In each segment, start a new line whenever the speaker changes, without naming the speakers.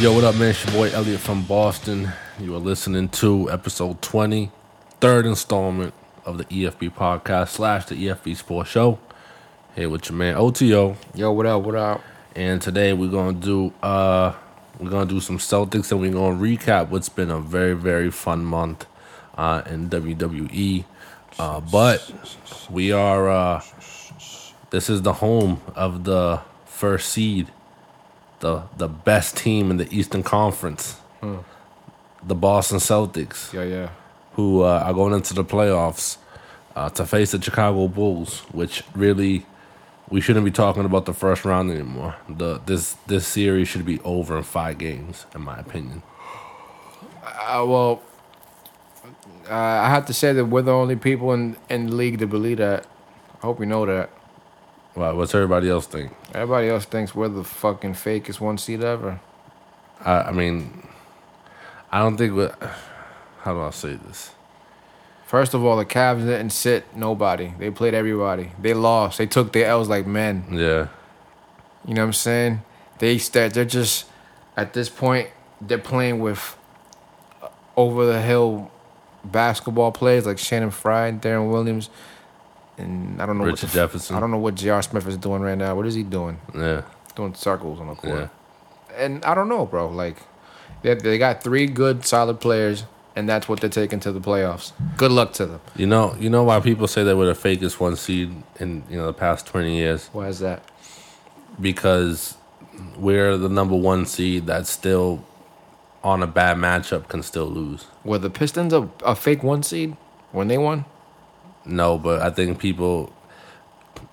Yo, what up, man? It's your boy Elliot from Boston. You are listening to episode 20, third installment of the EFB podcast slash the EFB Sports Show. Here with your man OTO.
Yo, what up? What up?
And today we're gonna do uh we're gonna do some Celtics and we're gonna recap what's been a very, very fun month uh in WWE. Uh but we are uh this is the home of the first seed, the the best team in the Eastern Conference. The Boston Celtics
Yeah, yeah.
who uh, are going into the playoffs uh, to face the Chicago Bulls, which really we shouldn't be talking about the first round anymore. The this this series should be over in five games, in my opinion.
Uh, well, uh, I have to say that we're the only people in in the league to believe that. I hope you know that.
Well, what's everybody else think?
Everybody else thinks we're the fucking fakest one seed ever.
I, I mean, I don't think. We, how do I say this?
First of all, the Cavs didn't sit nobody. They played everybody. They lost. They took their L's like men.
Yeah,
You know what I'm saying? They start. They're just at this point. They're playing with over the hill basketball players like Shannon Fry, Darren Williams, and I don't know what the
Richard Jefferson.
I don't know what J.R. Smith is doing right now. What is he doing?
yeah,
Doing circles on the court.
yeah.
And I don't know, bro. Like, they, they got three good, solid players, and that's what they're taking to the playoffs. Good luck to them.
You know, you know why people say they were the fakest one seed in you know the past twenty years.
Why is that?
because we're the number one seed that's still on a bad matchup can still lose.
Were the Pistons a, a fake one seed when they won?
No, but I think people,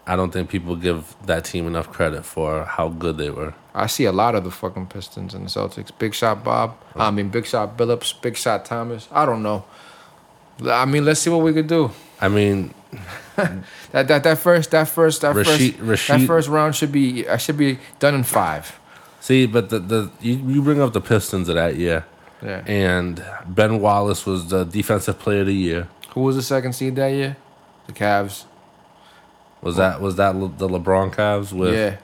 I don't think people give that team enough credit for how good they were.
I see a lot of the fucking Pistons and the Celtics. Big Shot Bob. I mean, Big Shot Billups. Big Shot Thomas. I don't know. I mean, let's see what we could do.
I mean,
That that that first that first that
Rasheed-
first that
Rasheed-
first round should be I should be done in five.
see, but the the you, you bring up the Pistons of that year,
Yeah.
and Ben Wallace was the defensive player of the year.
Who was the second seed that year? The Cavs.
Was that was that Le- the LeBron Cavs with,
yeah.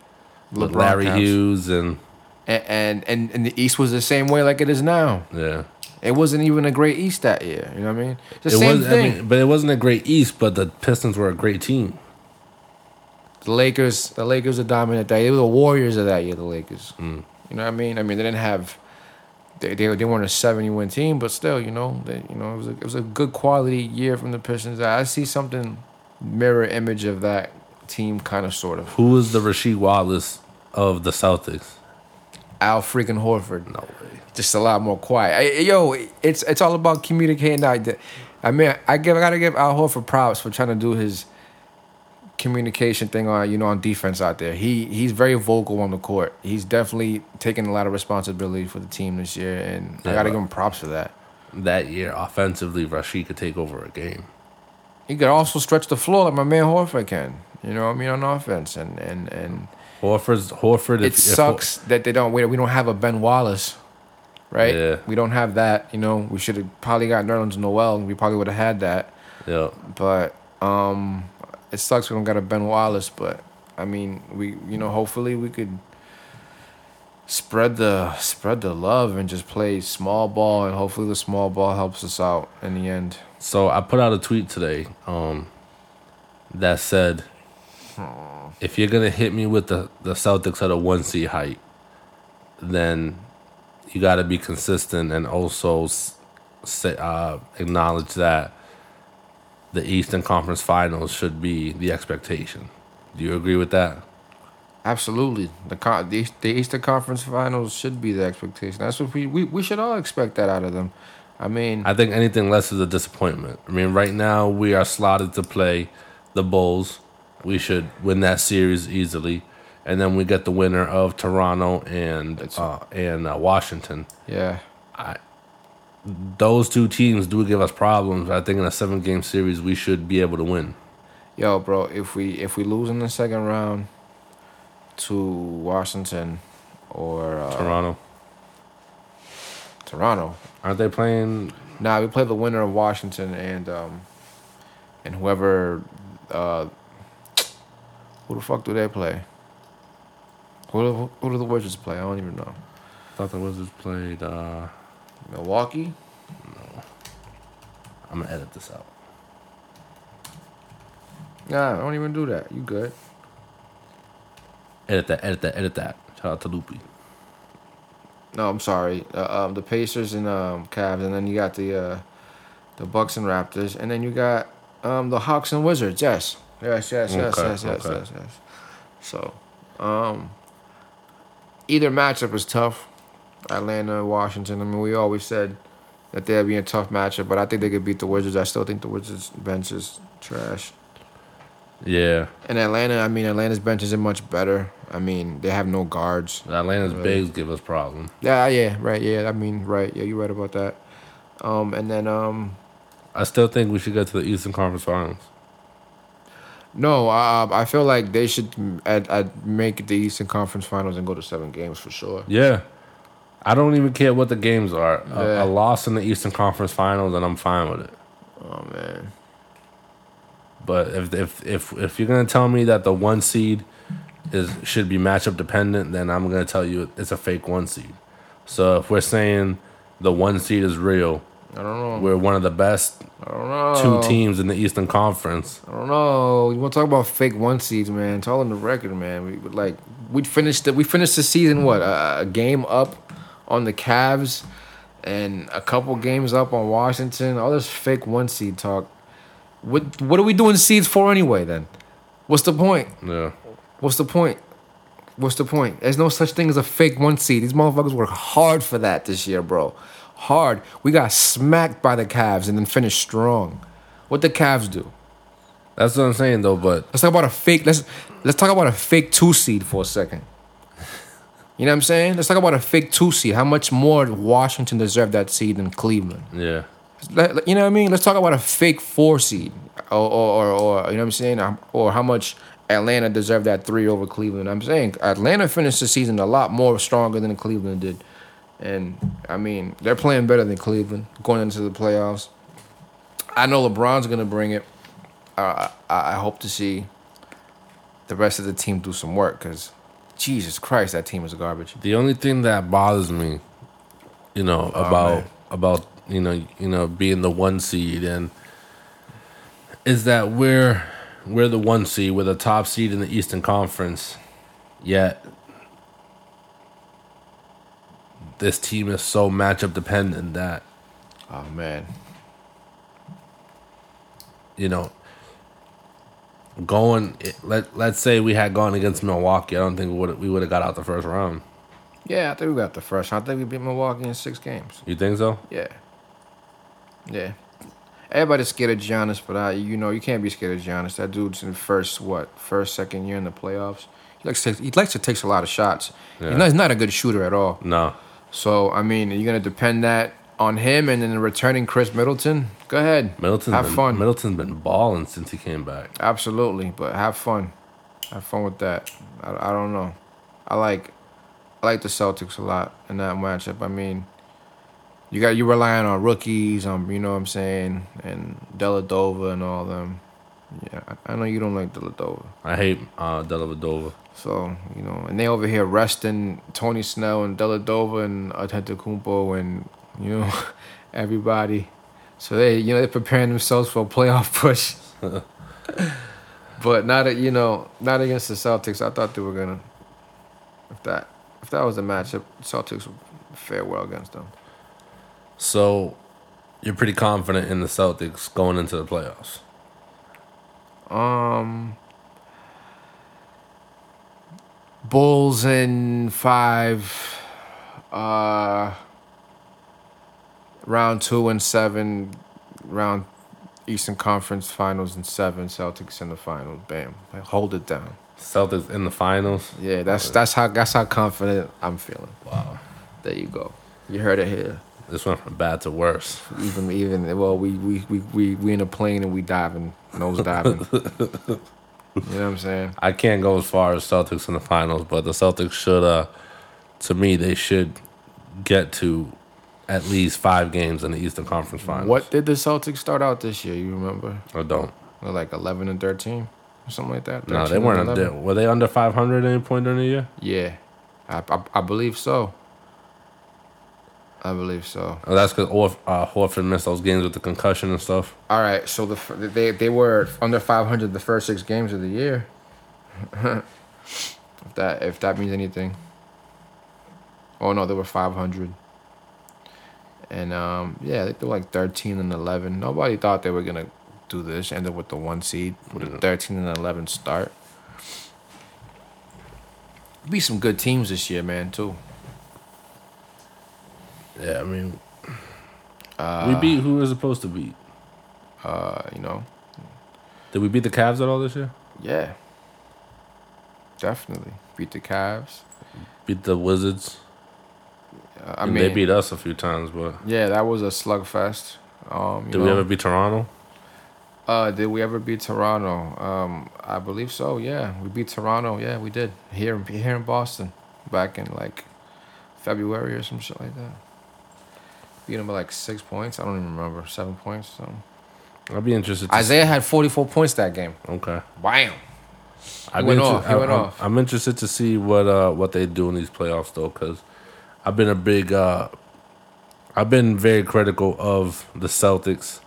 with Larry
Cavs.
Hughes and
And, and and and the East was the same way like it is now.
yeah.
It wasn't even a great East that year. You know what I mean? It's The
it
same
was,
thing.
I mean, but it wasn't a great East, but the Pistons were a great team.
the Lakers. The Lakers are dominant that year. They were the Warriors of that year. The Lakers. You know what I mean? I mean they didn't have. They, they, they weren't a seventy win team, but still, you know, they, you know, it was a, it was a good quality year from the Pistons. I I see something mirror image of that team, kind of, sort of.
Who is the Rasheed Wallace of the Celtics?
Al freaking Horford.
No way.
just a lot more quiet. I- yo, it's it's all about communicating. I, I mean, I give I gotta give Al Horford props for trying to do his communication thing on you know on defense out there. He he's very vocal on the court. He's definitely taking a lot of responsibility for the team this year, and I
Yeah,
gotta
but-
give him props for that.
That year, offensively, Rasheed could take over a game.
He could also stretch the floor like my man Horford can. You know what I mean on offense, and and and
Horford's Horford.
it sucks that they don't. We, we don't have a Ben Wallace, right?
Yeah.
We don't have that. You know, we should have probably got Nerlens Noel. We probably would have had that.
yeah,
But um, it sucks we don't got a Ben Wallace. But I mean, we you know hopefully we could spread the spread the love and just play small ball, and hopefully the small ball helps us out in the end.
so I put out a tweet today um, that said, if you're gonna hit me with the the Celtics at a one C height, then you got to be consistent and also s- say, uh, acknowledge that the Eastern Conference Finals should be the expectation. Do you agree with that?
Absolutely, the con- the, East- the Eastern Conference Finals should be the expectation. That's what we, we we should all expect that out of them. I mean,
I think anything less is a disappointment. I mean, right now we are slotted to play the Bulls. We should win that series easily, and then we get the winner of Toronto and uh, and uh, Washington.
yeah.
Those two teams do give us problems. I think in a seven game series we should be able to win.
Yo, bro, if we if we lose in the second round to Washington or uh,
Toronto,
Toronto,
aren't they playing?
nah, we play the winner of Washington and um and whoever uh who the fuck do they play? Who do, who do the Wizards play? I don't even know.
I thought the Wizards played. Uh,
Milwaukee.
I'm gonna edit this out.
Nah, I don't even do that. You good?
Edit that. Edit that. Edit that. Shout out to Loopy.
No, I'm sorry. Uh, um, the Pacers and um, Cavs, and then you got the uh, the Bucks and Raptors, and then you got um, the Hawks and Wizards. Yes, yes, yes, yes,
Okay,
yes, yes,
okay.
yes, yes. So, um, either matchup is tough. Atlanta, and Washington. I mean, we always said that they'd be a tough matchup, but I think they could beat the Wizards. I still think the Wizards bench is trash.
Yeah,
And Atlanta, I mean, Atlanta's bench isn't much better. I mean, they have no guards.
Atlanta's
Right.
bigs give us problem.
Yeah, yeah, right. Yeah, I mean, right. Yeah, you're right about that. Um, and then um,
I still think we should go to the Eastern Conference Finals.
no, uh, I feel like they should at, at make the Eastern Conference Finals and go to seven games for sure.
Yeah, I don't even care what the games are.
Yeah.
A, a loss in the Eastern Conference Finals, and I'm fine with it.
Oh man,
But if if if if you're gonna tell me that the one seed is should be matchup dependent, then I'm gonna tell you it's a fake one seed. So if we're saying the one seed is real,
I don't know.
we're one of the best
I don't know.
two teams in the Eastern Conference.
I don't know. You want to talk about fake one seeds, man? It's all on the record, man. We would like we finished the we finished the season what a, a game up on the Cavs and a couple games up on Washington. All this fake one seed talk. What what are we doing seeds for anyway? Then what's the point?
Yeah,
What's the point? What's the point? There's no such thing as a fake one seed. These motherfuckers work hard for that this year, bro. Hard. We got smacked by the Cavs and then finished strong. What the Cavs do?
that's what I'm saying though. But
Let's talk about a fake. Let's let's talk about a fake two seed for a second. You know what I'm saying? Let's talk about a fake two seed. How much more Washington deserved that seed than Cleveland?
yeah,
Let- let- You know what I mean? Let's talk about a fake four seed, or or, or, or you know what I'm saying, Um, or how much Atlanta deserved that three over Cleveland. I'm saying Atlanta finished the season a lot more stronger than Cleveland did, and I mean they're playing better than Cleveland going into the playoffs. I know LeBron's gonna bring it. I I, I hope to see the rest of the team do some work because Jesus Christ, that team is garbage.
the only thing that bothers me, you know, about
man.
about you know you know being the one seed and is that we're we're the one seed, we're the top seed in the Eastern Conference, yet this team is so matchup dependent that
Oh man,
you know going let let's say we had gone against Milwaukee, I don't think we would we would have got out the first round.
yeah, I think we got the fresh. I think we beat Milwaukee in six games.
You think so?
Yeah. Yeah. Everybody's scared of Giannis, but I, you know, you can't be scared of Giannis. That dude's in the first what, first second year in the playoffs. He likes to, he likes to takes a lot of shots. He's,
Yeah.
not, he's not a good shooter at all.
No.
So I mean, you're gonna depend that on him, and then returning Chris Middleton. Go ahead,
Middleton's
Have
been,
fun.
Middleton's been balling since he came back.
Absolutely, but have fun. Have fun with that. I, I don't know. I like I like the Celtics a lot in that matchup. I mean, you got you relying on rookies, um, you know what I'm saying, and Deladova and all them. Yeah, I- I know you don't like Deladova.
I hate uh, Dellavedova.
So, you know, and they over here resting Tony Snell and Deladova and Antetokounmpo and, you know, everybody. So they, you know, they're preparing themselves for a playoff push. but not, a, you know, not against the Celtics. I thought they were going to, if that, if that was the matchup, Celtics would fare well against them.
So you're pretty confident in the Celtics going into the playoffs.
Um, Bulls in five. Uh, round two and seven. Round Eastern Conference Finals in seven. Celtics in the finals. Bam. Like, hold it down.
Celtics in the finals.
Yeah, that's that's how that's how confident I'm feeling.
Wow.
There you go. You heard it here.
This went from bad to worse.
Even even well, we we we we, we in a plane and we diving nose diving. you know what I'm saying?
I can't go as far as Celtics in the finals, but the Celtics should, uh, to me, they should get to at least five games in the Eastern Conference Finals.
What did the Celtics start out this year? You remember?
Or don't.
They're like eleven and thirteen or something like that.
No,
13
they
and
weren't.
11.
They, were they under 500 at any point during the year?
Yeah, I, I I believe so. I believe so.
Oh, that's because Orf- uh, Horford missed those games with the concussion and stuff.
All right, so the f- they they were under 500 the first six games of the year. if that if that means anything. Oh no, they were 500. And um, yeah, they were like 13 and 11. Nobody thought they were gonna do this. End up with the one seed with
Mm-hmm.
a 13 and 11 start. Be some good teams this year, man. Too.
Yeah, I mean, we beat who we were supposed to beat.
Uh, you know.
Did we beat the Cavs at all this year?
Yeah. Definitely beat the Cavs.
Beat the Wizards.
Uh, I
And
mean,
they beat us a few times, but
Yeah, that was a slugfest. Um, you
did
know,
we ever beat Toronto?
uh, did we ever beat Toronto? Um, I believe so. Yeah, we beat Toronto. Yeah, we did here in- here in Boston back in like February or some shit like that. Beat them by like six points. I don't even remember seven points. Something.
I'd be interested. To
Isaiah had forty four points that game.
okay.
Bam.
I'd be
went
inter-
off, he
I-
went
I'm,
off.
I'm interested to see what uh what they do in these playoffs though, because I've been a big uh I've been very critical of the Celtics.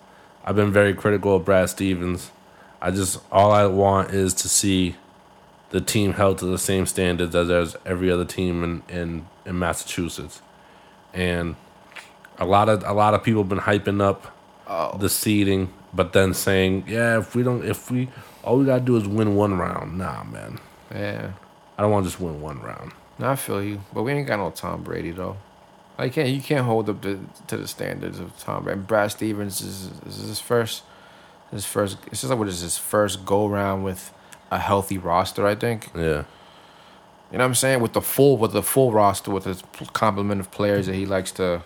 I've been very critical of Brad Stevens. I just all I want is to see the team held to the same standards as there's every other team in, in, in Massachusetts. And a lot of a lot of people been hyping up
Oh.
the seeding, but then saying, Yeah, if we don't if we all we gotta do is win one round. Nah man.
Yeah.
I don't want to just win one round.
No, I feel you, but we ain't got no Tom Brady though. Like, can't you can't hold up to, to the standards of Tom Brady. Brad Stevens is, is his first, his first. It's just like what is his first go round with a healthy roster. I think
Yeah.
you know what I'm saying with the full with the full roster with his pl- complement of players that he likes to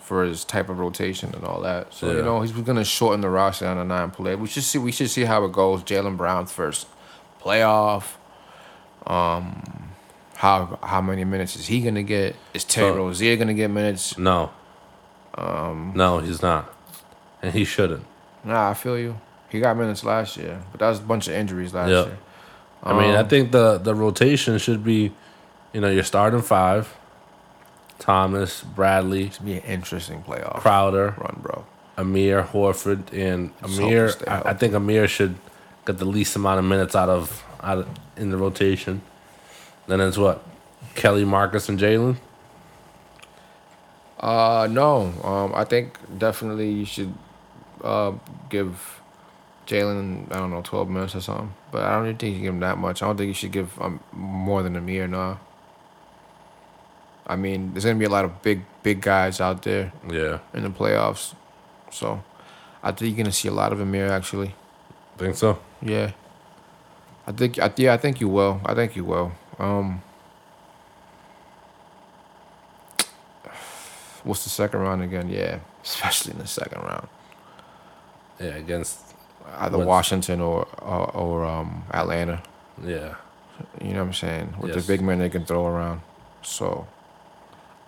for his type of rotation and all that. So
Yeah.
you know he's gonna shorten the roster down to nine players. We should see we should see how it goes. Jalen Brown's first playoff. Um, how how many minutes is he gonna get? Is Terry
So-
Rozier gonna get minutes?
No. Um. No, he's not, and he shouldn't.
Nah, I feel you. He got minutes last year, but that was a bunch of injuries last
Yeah.
year.
I mean, I
Um,
think the the rotation should be, you know, your starting five, Thomas, Bradley,
It's gonna be an interesting playoff
Crowder,
run, bro.
Amir, Horford, and
Just hope
Amir.
they stay
I, I
healthy.
think Amir should get the least amount of minutes out of out of, in the rotation. Then it's what Kelly, Marcus, and Jalen.
Uh, no. Um, I think definitely you should uh, give Jalen, I don't know, 12 minutes or something. But I don't even think you give him that much. I don't think you should give um, more than a mere, nah. I mean, there's going to be a lot of big, big guys out there
Yeah,
in the playoffs. So I think you're going to see a lot of Amir, actually.
think so.
Yeah. I think, I, yeah, I think you will. I think you will. Um, what's the second round again? Yeah, especially in the second round,
Yeah, against
either
What's-
Washington or or, or um, Atlanta.
yeah.
You know what I'm saying? With
Yes.
the big men they can throw around. So,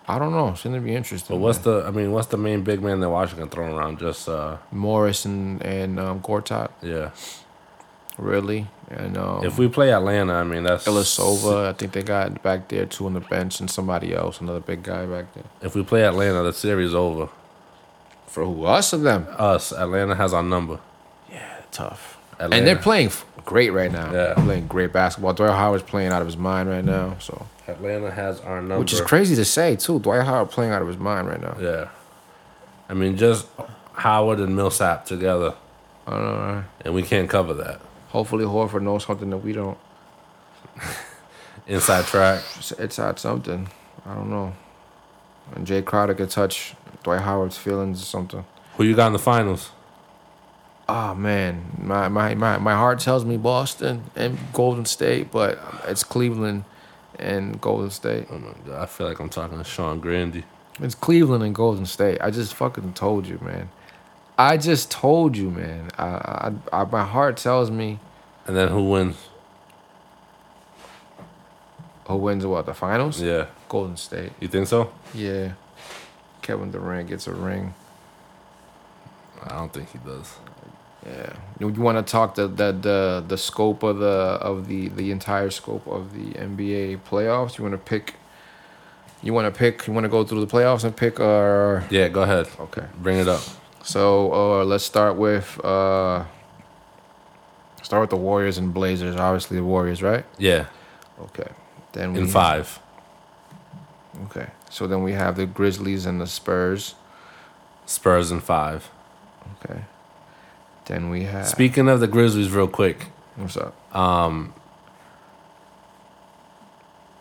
I don't know. It's gonna be interesting.
But what's
man.
the? I mean, what's the main big man that Washington throwing around? Just uh,
Morris and and um, Gortat
yeah.
really and um,
If we play Atlanta, I mean that's
Ilyasova, I think they got back there two on the bench and somebody else, another big guy back there.
If we play Atlanta, the series over.
For who? Us or them?
Us, Atlanta has our number.
Yeah, tough.
Atlanta.
And they're playing f- great right now.
Yeah.
Playing great basketball. Dwight Howard's playing out of his mind right now. So,
Atlanta has our number,
which is crazy to say too. Dwight Howard playing out of his mind right now.
Yeah, I mean just Howard and Millsap together,
I don't know. man.
and we can't cover that
Hopefully Horford knows something that we don't.
inside track.
It's, it's out something. I don't know. And Jay Crowder could touch Dwight Howard's feelings or something.
Who you got in the finals?
Oh man, my, my, my, my heart tells me Boston and Golden State, but it's Cleveland and Golden State.
Oh my god, I feel like I'm talking to Sean Grandy.
It's Cleveland and Golden State. I just fucking told you, man. I just told you, man. I, I, I my heart tells me
And then who wins?
who wins what the finals.
Yeah,
Golden State.
you think so?
Yeah. Kevin Durant gets a ring.
I don't think he does.
Yeah. You, you want to talk the, the the the scope of the of the the entire scope of the NBA playoffs? You want to pick You want to pick? You want to go through the playoffs and pick? Or
Yeah, go ahead.
okay.
Bring it up.
So uh, let's start with uh, start with the Warriors and Blazers. Obviously, the Warriors, right?
Yeah,
Okay. Then we
in five.
Okay. So then we have the Grizzlies and the Spurs.
Spurs in five.
Okay. Then we have.
Speaking of the Grizzlies, real quick.
What's up? Um.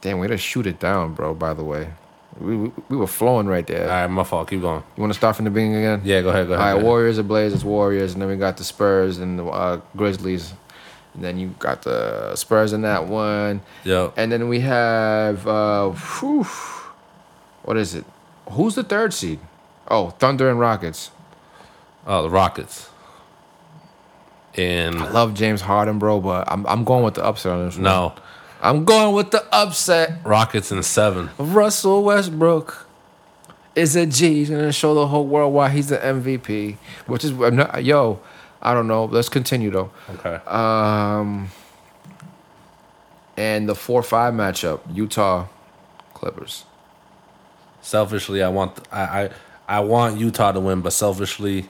Damn, we had to shoot it down, bro. By the way, we we, we were flowing right there.
All right, my fault. Keep going.
You want to start from the beginning again?
Yeah, go ahead. Go
All
ahead.
right,
go ahead.
Warriors and Blazers, Warriors, and then we got the Spurs and the uh, Grizzlies. And then you got the Spurs in that one,
Yo,
and then we have uh, whew, what is it? Who's the third seed? Oh, Thunder and Rockets.
oh, the Rockets. And
Love James Harden, bro, but I'm I'm going with the upset on this one.
no,
I'm going with the upset.
Rockets in seven.
Russell Westbrook is a G. He's gonna show the whole world why he's the MVP. Which is I'm not- yo, I don't know. Let's continue though.
Okay.
Um, and the four five matchup: Utah, Clippers.
selfishly, I want I, I I want Utah to win, but selfishly,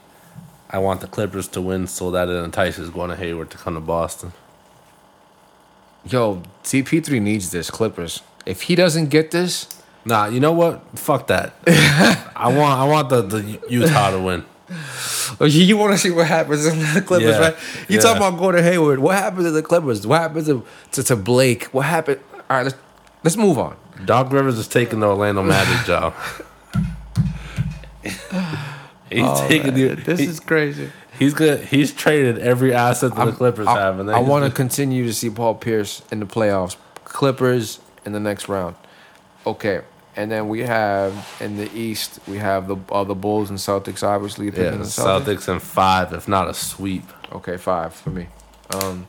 I want the Clippers to win so that it entices Gordon Hayward to come to Boston.
Yo, CP three needs this Clippers. If he doesn't get this,
Nah, you know what? Fuck that. I want I want the, the Utah to win.
oh, you, you want to see what happens in the Clippers,
Yeah,
right? You
yeah.
talk about Gordon Hayward. What happens to the Clippers? What happens to to, to Blake? What happened? All right, let's let's move on.
Doc Rivers is taking the Orlando Magic job. he's
Oh,
taking the,
This
he-
is crazy.
he's good. He's traded every asset that the Clippers
I,
have, and
I want to continue to see Paul Pierce in the playoffs. Clippers in the next round. Okay, and then we have in the East we have the uh, the Bulls and Celtics. Obviously,
yeah,
picking
the
the Celtics.
Celtics in five, if not a sweep.
Okay, five for me. Um,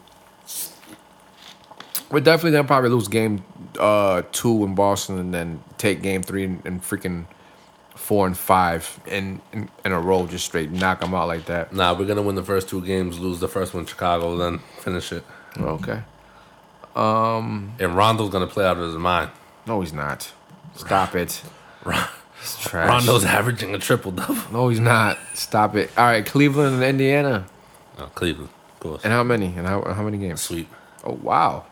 we're definitely gonna probably lose game uh, two in Boston, and then take game three and, and freaking four and five in, in in a row, just straight knock them out like that.
Nah, we're gonna win the first two games, lose the first one, Chicago, then finish it.
Okay.
And Rondo's gonna play out of his mind.
No, he's not. Stop it. He's trash.
Rondo's averaging a triple double.
No, he's not. Stop it. All right, Cleveland and Indiana.
No, Cleveland, of course.
And how many? And how, how many games?
Sweep.
Oh, wow.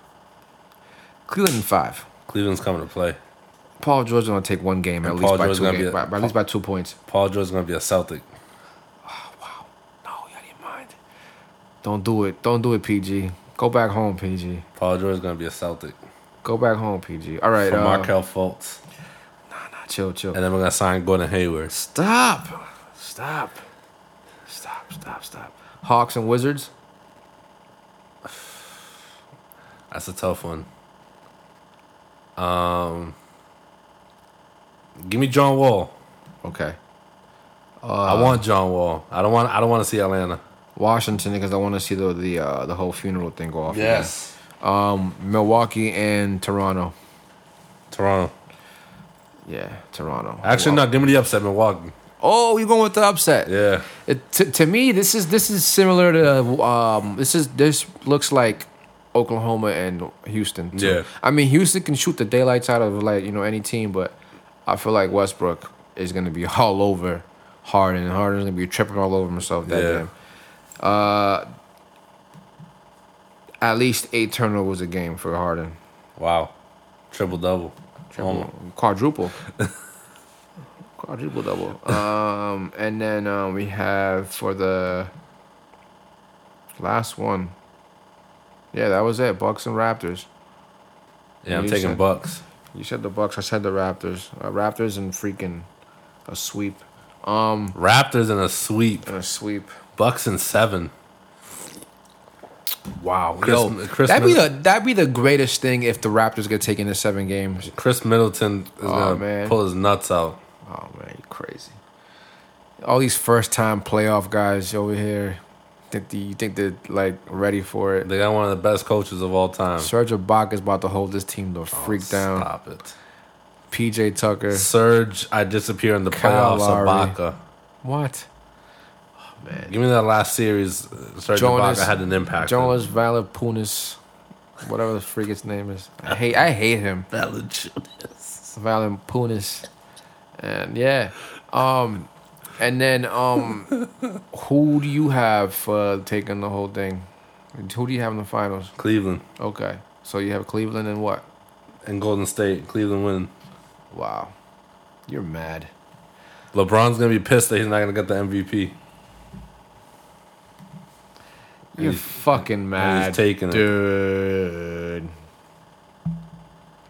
Cleveland in five.
Cleveland's coming to play.
Paul George is going to take one game at
And
least
Paul
by
George
two
gonna
games,
be a-
by, by at least by two points.
Paul George's gonna be a Celtic.
No, you didn't mind. Don't do it. Don't do it, PG. Go back home, PG.
Paul George's gonna be a Celtic.
Go back home, PG. All right.
For
uh,
Markel Fultz,
nah, chill, chill.
and then we're gonna sign Gordon Hayward.
Stop. Stop. Stop, stop, stop. Hawks and Wizards.
That's a tough one. Um, give me John Wall.
Okay.
I
Uh,
want John Wall. I don't want. I don't want to see Atlanta.
Washington because I want to see the the uh, the whole funeral thing go off. again. Um, Milwaukee and Toronto.
Toronto.
Yeah, Toronto.
Actually,
Wow.
no. Give me the upset. Milwaukee.
Oh, you're going with the upset.
Yeah.
It, to, to me, this is this is similar to um, this is this looks like Oklahoma and Houston. too.
Yeah.
I mean Houston can shoot the daylights out of like you know any team, but I feel like Westbrook is gonna be all over Harden, and Harden's gonna be tripping all over himself that
Yeah.
game. Uh, at least eight turnovers a game for Harden.
Wow. Triple double.
Triple, quadruple. quadruple double. Um, and then uh, we have for the last one. Yeah, that was it. Bucks and Raptors.
Yeah, I'm
You
taking
said-
Bucks.
You said the Bucks. I said the Raptors. Uh, Raptors and freaking a sweep. Um,
Raptors in a sweep.
and a sweep.
Bucks in seven.
Wow,
Chris- Chris
that'd be the
Middleton.
that'd be the greatest thing if the Raptors get taken to seven games.
Chris Middleton is gonna
man.
pull his nuts out.
Oh man, you crazy! All these first-time playoff guys over here. Think the, you think they're like ready for it?
They got one of the best coaches of all time.
Serge Ibaka is about to hold this team the freak down.
Stop it.
PJ Tucker.
Surge, I disappear in the
Kyle Lowry.
playoffs. Ibaka.
What?
Give me that last series. uh, Serge
Jonas-
Ibaka had an impact.
Jonas Valapunas, whatever the freak his name is. I hate. I hate him.
Valanciunas.
Valenpunas, and yeah, um, and then um, who do you have uh, taking the whole thing? Who do you have in the finals?
Cleveland
Okay, so you have Cleveland and what?
and Golden State. Cleveland win.
Wow, you're mad.
LeBron's gonna be pissed that he's not gonna get the MVP.
You're
he's-
fucking mad,
taking it.
dude.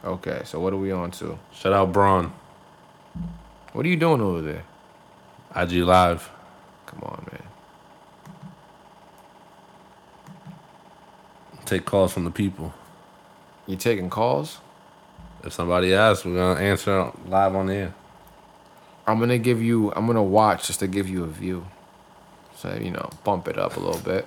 Okay, so what are we on to?
Shout out Braun.
What are you doing over there?
IG Live.
Come on, man.
Take calls from the people.
You taking calls?
If somebody asks, we're gonna answer it live on the air.
I'm gonna give you. I'm gonna watch just to give you a view, so you know, bump it up a little bit.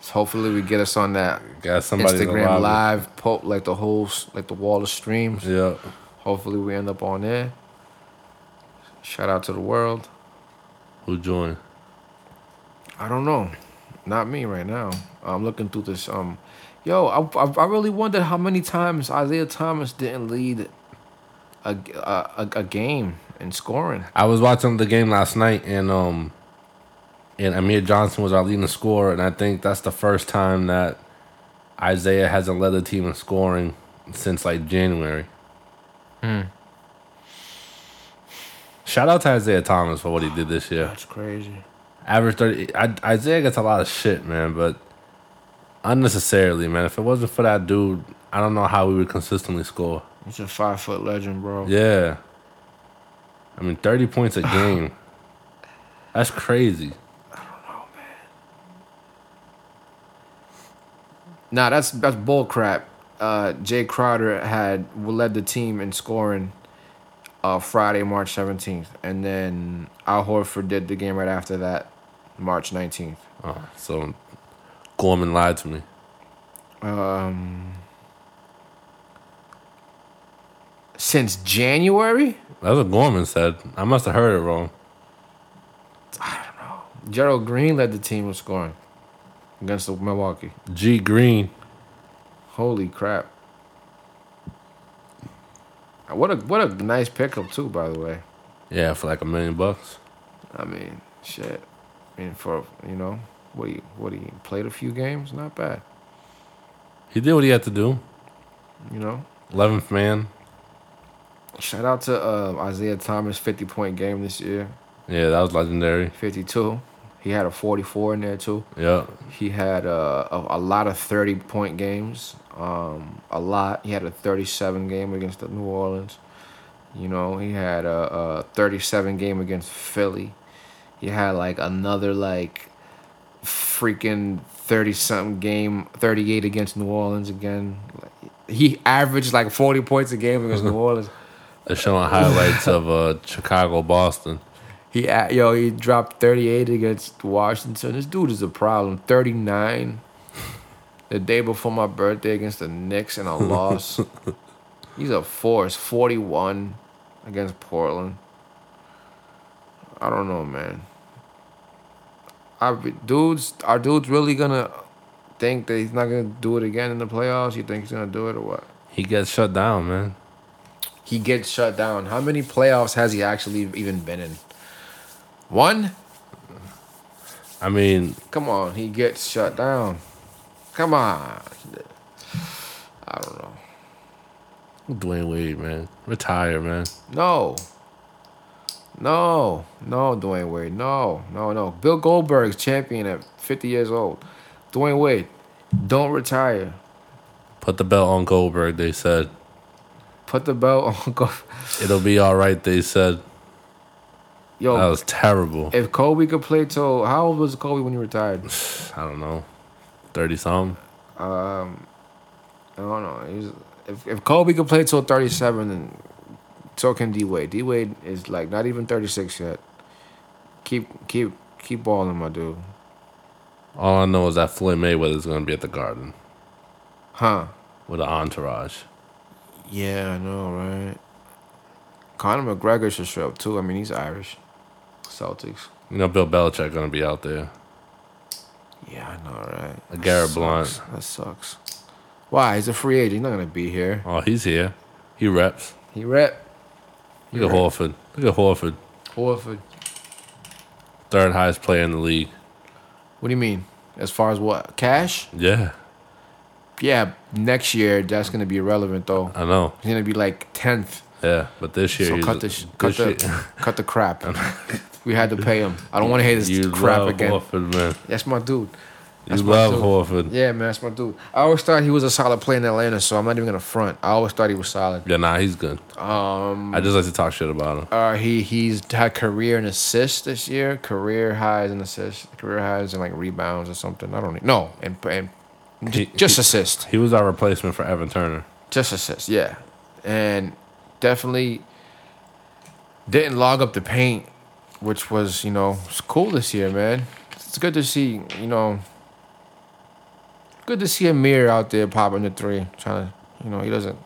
so hopefully, we get us on that
Got somebody to
Instagram
live.
live, po- like the whole, s- like the wall of streams.
Yeah.
Hopefully, we end up on there. Shout out to the world.
Who joined?
I don't know, not me right now. I'm looking through this. Um, yo, I I, I really wondered how many times Isaiah Thomas didn't lead a g- a- a- a game in scoring.
I was watching the game last night, and um, and Amir Johnson was our leading scorer, and I think that's the first time that Isaiah hasn't led the team in scoring since like January. Shout out to Isaiah Thomas for what he did this year.
That's crazy.
Average thirty. I, Isaiah gets a lot of shit, man, but unnecessarily, man. If it wasn't for that dude, I don't know how we would consistently score.
He's a five foot legend, bro.
Yeah. I mean, 30 points a game. That's crazy.
Nah, that's that's bull crap. Uh, Jay Crowder had led the team in scoring uh, Friday, March seventeenth, and then Al Horford did the game right after that, March nineteenth.
Oh, so Gorman lied to me.
Um, since January,
That's what Gorman said. I must have heard it wrong.
Gerald Green led the team in scoring against the Milwaukee.
G Green.
Holy crap! What a what a nice pickup too, by the way.
Yeah, for like a million bucks.
I mean, shit. I mean, for you know, what he what he played a few games, not bad.
He did what he had to do.
You know,
11th man.
shout out to uh, Isaiah Thomas, fifty point game this year,
Yeah, that was legendary.
fifty two. He had a forty four in there too.
Yeah.
He had uh, a a lot of thirty point games. Um, a lot. He had a thirty seven game against the New Orleans. You know, he had a, a thirty seven game against Philly. He had like another like freaking 30 something game, 38 against New Orleans again. Like, He averaged like 40 points a game against New Orleans.
They're showing highlights of uh, Chicago, Boston.
He a- yo, he dropped 38 against Washington. This dude is a problem. 39 the day before my birthday against the Knicks and a loss. He's a force. 41 against Portland. I don't know, man. Are we- dudes are dudes really gonna think that he's not gonna do it again in the playoffs? You think he's gonna do it or what?
He gets shut down, man.
He gets shut down. How many playoffs has he actually even been in? One?
I mean,
Come on, he gets shut down. Come on. I don't know.
Dwayne Wade, man. Retire, man.
No. No. No, Dwayne Wade. No. No, no. Bill Goldberg's champion at 50 years old. Dwayne Wade, don't retire.
Put the belt on Goldberg, they said.
Put the belt on. Go-
It'll be all right, they said.
Yo,
That was terrible.
if Kobe could play till. How old was Kobe when he retired?
I don't know, thirty something.
Um, I don't know. He was, if, if Kobe could play till 37, then so can D Wade. D Wade is like not even 36 yet. Keep keep keep balling, my dude.
All I know is that Floyd Mayweather is going to be at the Garden
Huh?
with an entourage.
Yeah, I know, right? Conor McGregor should show up too. I mean, he's Irish, Celtics.
You know, Bill Belichick going to be out there.
Yeah, I know, right?
Like Garrett
That
Blunt.
sucks. That sucks. Why? He's a free agent. He's not gonna be here.
Oh, he's here. He reps.
He rep.
Look at Horford. Look at Horford.
Horford.
Third highest player in the league.
What do you mean? As far as what? Cash?
Yeah,
Yeah, next year that's gonna be irrelevant though.
I know.
He's gonna be like tenth.
Yeah, but this year,
So
he's-
cut the sh- cut
year-
the cut the crap. we had to pay him. I don't want to hear this
you
crap
love
again.
Horford, man.
That's my dude.
You
That's my
love
dude.
Horford.
Yeah, man, that's my dude. I always thought he was a solid player in Atlanta, so I'm not even gonna front. I always thought he was solid.
Yeah, nah, he's good.
Um,
I just like to talk shit about him.
uh, he he's had career and assists this year, career highs and assists, career highs and like rebounds or something. I don't even- no, and, and
He-
just assist,
He was our replacement for Evan Turner.
just assist, yeah, and definitely didn't log up the paint, which was you know it's cool this year, man. It's good to see you know, good to see Amir out there popping the three, trying to you know he doesn't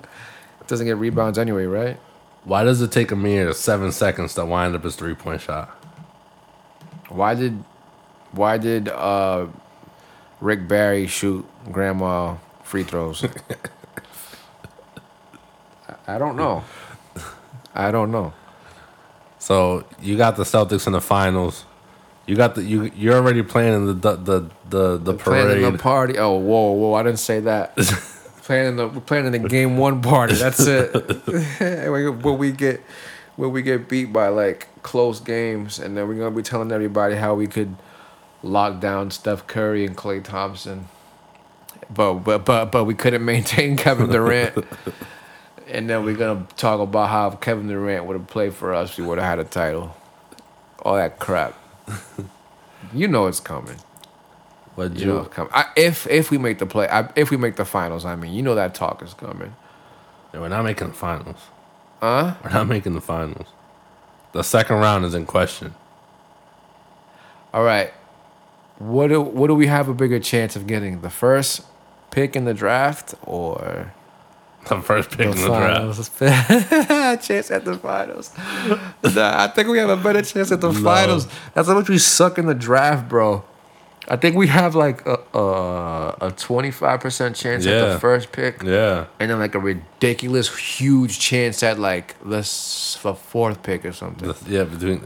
doesn't get rebounds anyway, right?
Why does it take a mere seven seconds to wind up his three point shot?
Why did why did uh Rick Barry shoot grandma free throws? I- I don't know. I don't know.
So you got the Celtics in the finals. You got the you. You're already playing in the the the the, the
Playing in
parade.
the party. Oh, whoa, whoa! I didn't say that. playing in the we're playing in the game one party. That's it. when we get when we get beat by like close games, and then we're gonna be telling everybody how we could lock down Steph Curry and Klay Thompson, but but but but we couldn't maintain Kevin Durant. And then we're gonna talk about how if Kevin Durant would have played for us, we would have had a title. All that crap. You know it's coming.
But
You
you,
know, it's coming. I, if if we make the play, I, if we make the finals, I mean, you know that talk is coming.
we're not making the finals.
Huh?
We're not making the finals. The second round is in question.
All right. What do what do we have a bigger chance of getting? The first pick in the draft or
The first pick in the draft.
draft? chance at the finals. nah, I think we have a better chance at the finals. That's how much we suck in the draft, bro. I think we have like a a, a 25% chance at
Yeah.
the first pick.
Yeah,
and then like a ridiculous huge chance at like the, s- the fourth pick or something.
The- yeah. Between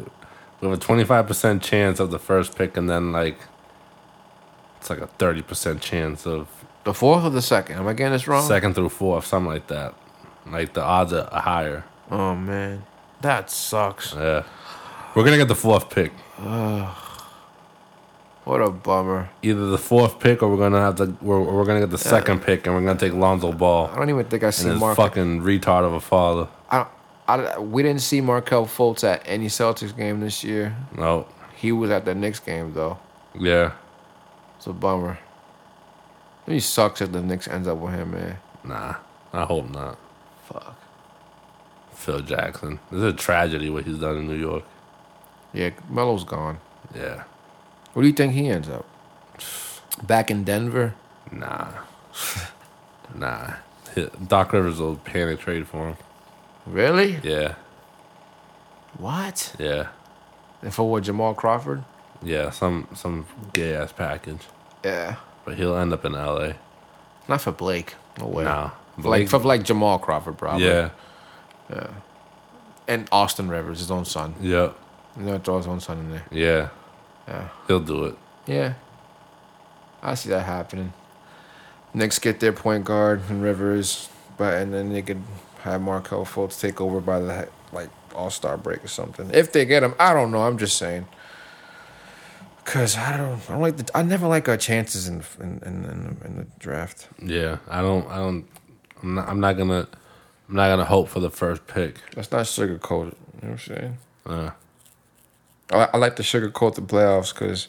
we have a twenty five percent chance of the first pick, and then like it's like a thirty percent chance of
The fourth or the second? Am I getting this wrong?
second through fourth, something like that. Like the odds are are higher.
Oh man, that sucks.
Yeah, we're gonna get the fourth pick.
What a bummer.
Either the fourth pick, or we're gonna have to. We're, we're gonna get the second pick, and we're gonna take Lonzo Ball
I don't even think I
and
see
his
Mark.
fucking retard of a father.
I, don't- I, don't- we didn't see Markel Fultz at any Celtics game this year.
No,
He was at the Knicks game though.
yeah,
It's a bummer. He sucks if the Knicks ends up with him, man.
nah. I hope not.
Fuck.
Phil Jackson. This is a tragedy what he's done in New York.
Yeah, Melo's gone.
Yeah,
Where do you think he ends up? Back in Denver.
nah, nah. Hi- Doc Rivers will panic trade for him.
Really?
Yeah,
What?
yeah,
And for what, Jamal Crawford?
yeah. Some some gay ass package,
Yeah.
but he'll end up in L.A.
Not for Blake. No way.
Nah,
like for like Jamal Crawford, probably.
yeah,
And Austin Rivers, his own son.
yeah,
He's gonna throw his own son in there.
yeah.
Yeah.
He'll do it.
Yeah. I see that happening. Knicks get their point guard and Rivers, but and then they could have Markel Fultz take over by the like All Star break or something. If they get him, I don't know. I'm just saying. Cause I don't, I don't like the, I never like our chances in in in, in, in the draft.
Yeah, I don't. I don't. I'm not. I'm not gonna. I'm not gonna hope for the first pick.
That's not sugarcoated. You know what I'm saying?
Uh,
I, I like to sugarcoat the playoffs because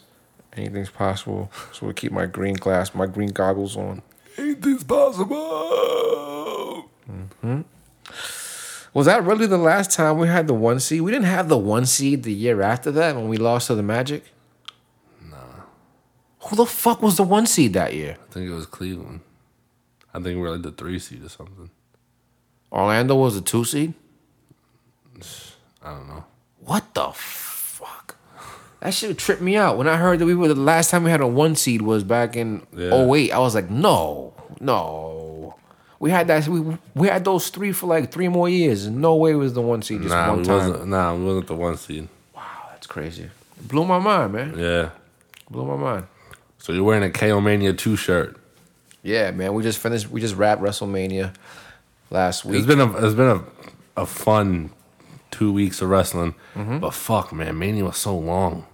anything's possible. So I keep my green glass, my green goggles on.
Anything's possible.
Was that really the last time we had the one seed? We didn't have the one seed the year after that when we lost to the Magic. Nah. Who the fuck was the one seed that year?
I think it was Cleveland. I think we were like the three seed or something.
Orlando was the two seed.
I don't know.
What the fuck? That shit tripped me out when I heard that we were the last time we had a one seed was back in
Yeah.
oh 08. I was like, no, no. We had that. We we had those three for like three more years. and No way was the one seed just
Nah,
one
we
time.
wasn't. Nah, we wasn't the one seed.
Wow, that's crazy. It blew my mind, man.
Yeah.
Blew my mind.
So you're wearing a KO Mania two shirt.
Yeah, man. We just finished. We just wrapped WrestleMania last week.
It's been a it's been a a fun two weeks of wrestling,
Mm-hmm.
but fuck, man, Mania was so long.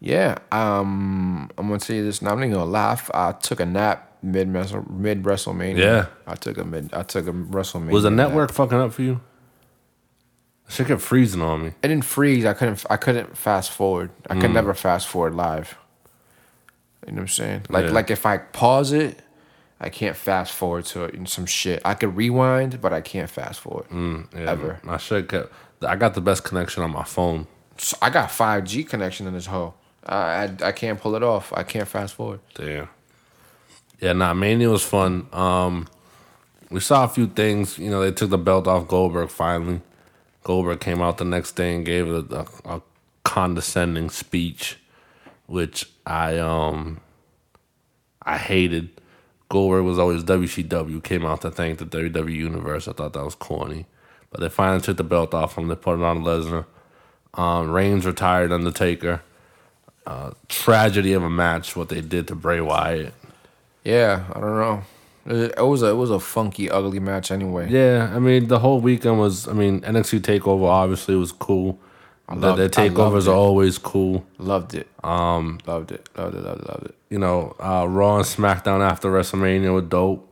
Yeah, um, I'm gonna tell you this. Now I'm not even gonna laugh. I took a nap mid mid WrestleMania.
Yeah.
I took a mid. I took a WrestleMania.
Was the
nap.
network fucking up for you? Shit kept freezing on me.
It didn't freeze. I couldn't. I couldn't fast forward. I
Mm.
could never fast forward live. You know what I'm saying? Like
Yeah.
like if I pause it, I can't fast forward to it and some shit. I could rewind, but I can't fast forward.
Yeah,
Ever.
my shit kept. I got the best connection on my phone.
So I got 5G connection in this hole. I, I I can't pull it off. I can't fast forward.
Damn. Yeah, nah, Mania was fun. Um, we saw a few things. You know, they took the belt off Goldberg finally. Goldberg came out the next day and gave a, a, a condescending speech, which I um I hated. Goldberg was always WCW. Came out to thank the WWE universe. I thought that was corny, but they finally took the belt off him. They put it on Lesnar. Um, Reigns retired Undertaker. Uh, tragedy of a match. What they did to Bray Wyatt.
Yeah, I don't know. It it was a it was a funky, ugly match anyway.
Yeah, I mean the whole weekend was. I mean NXT Takeover obviously was cool. The,
loved-
their
I loved
takeovers
it.
are always cool.
Loved it. Um, loved it. Loved it. Loved it. Loved it.
You know, uh, Raw and SmackDown after WrestleMania were dope.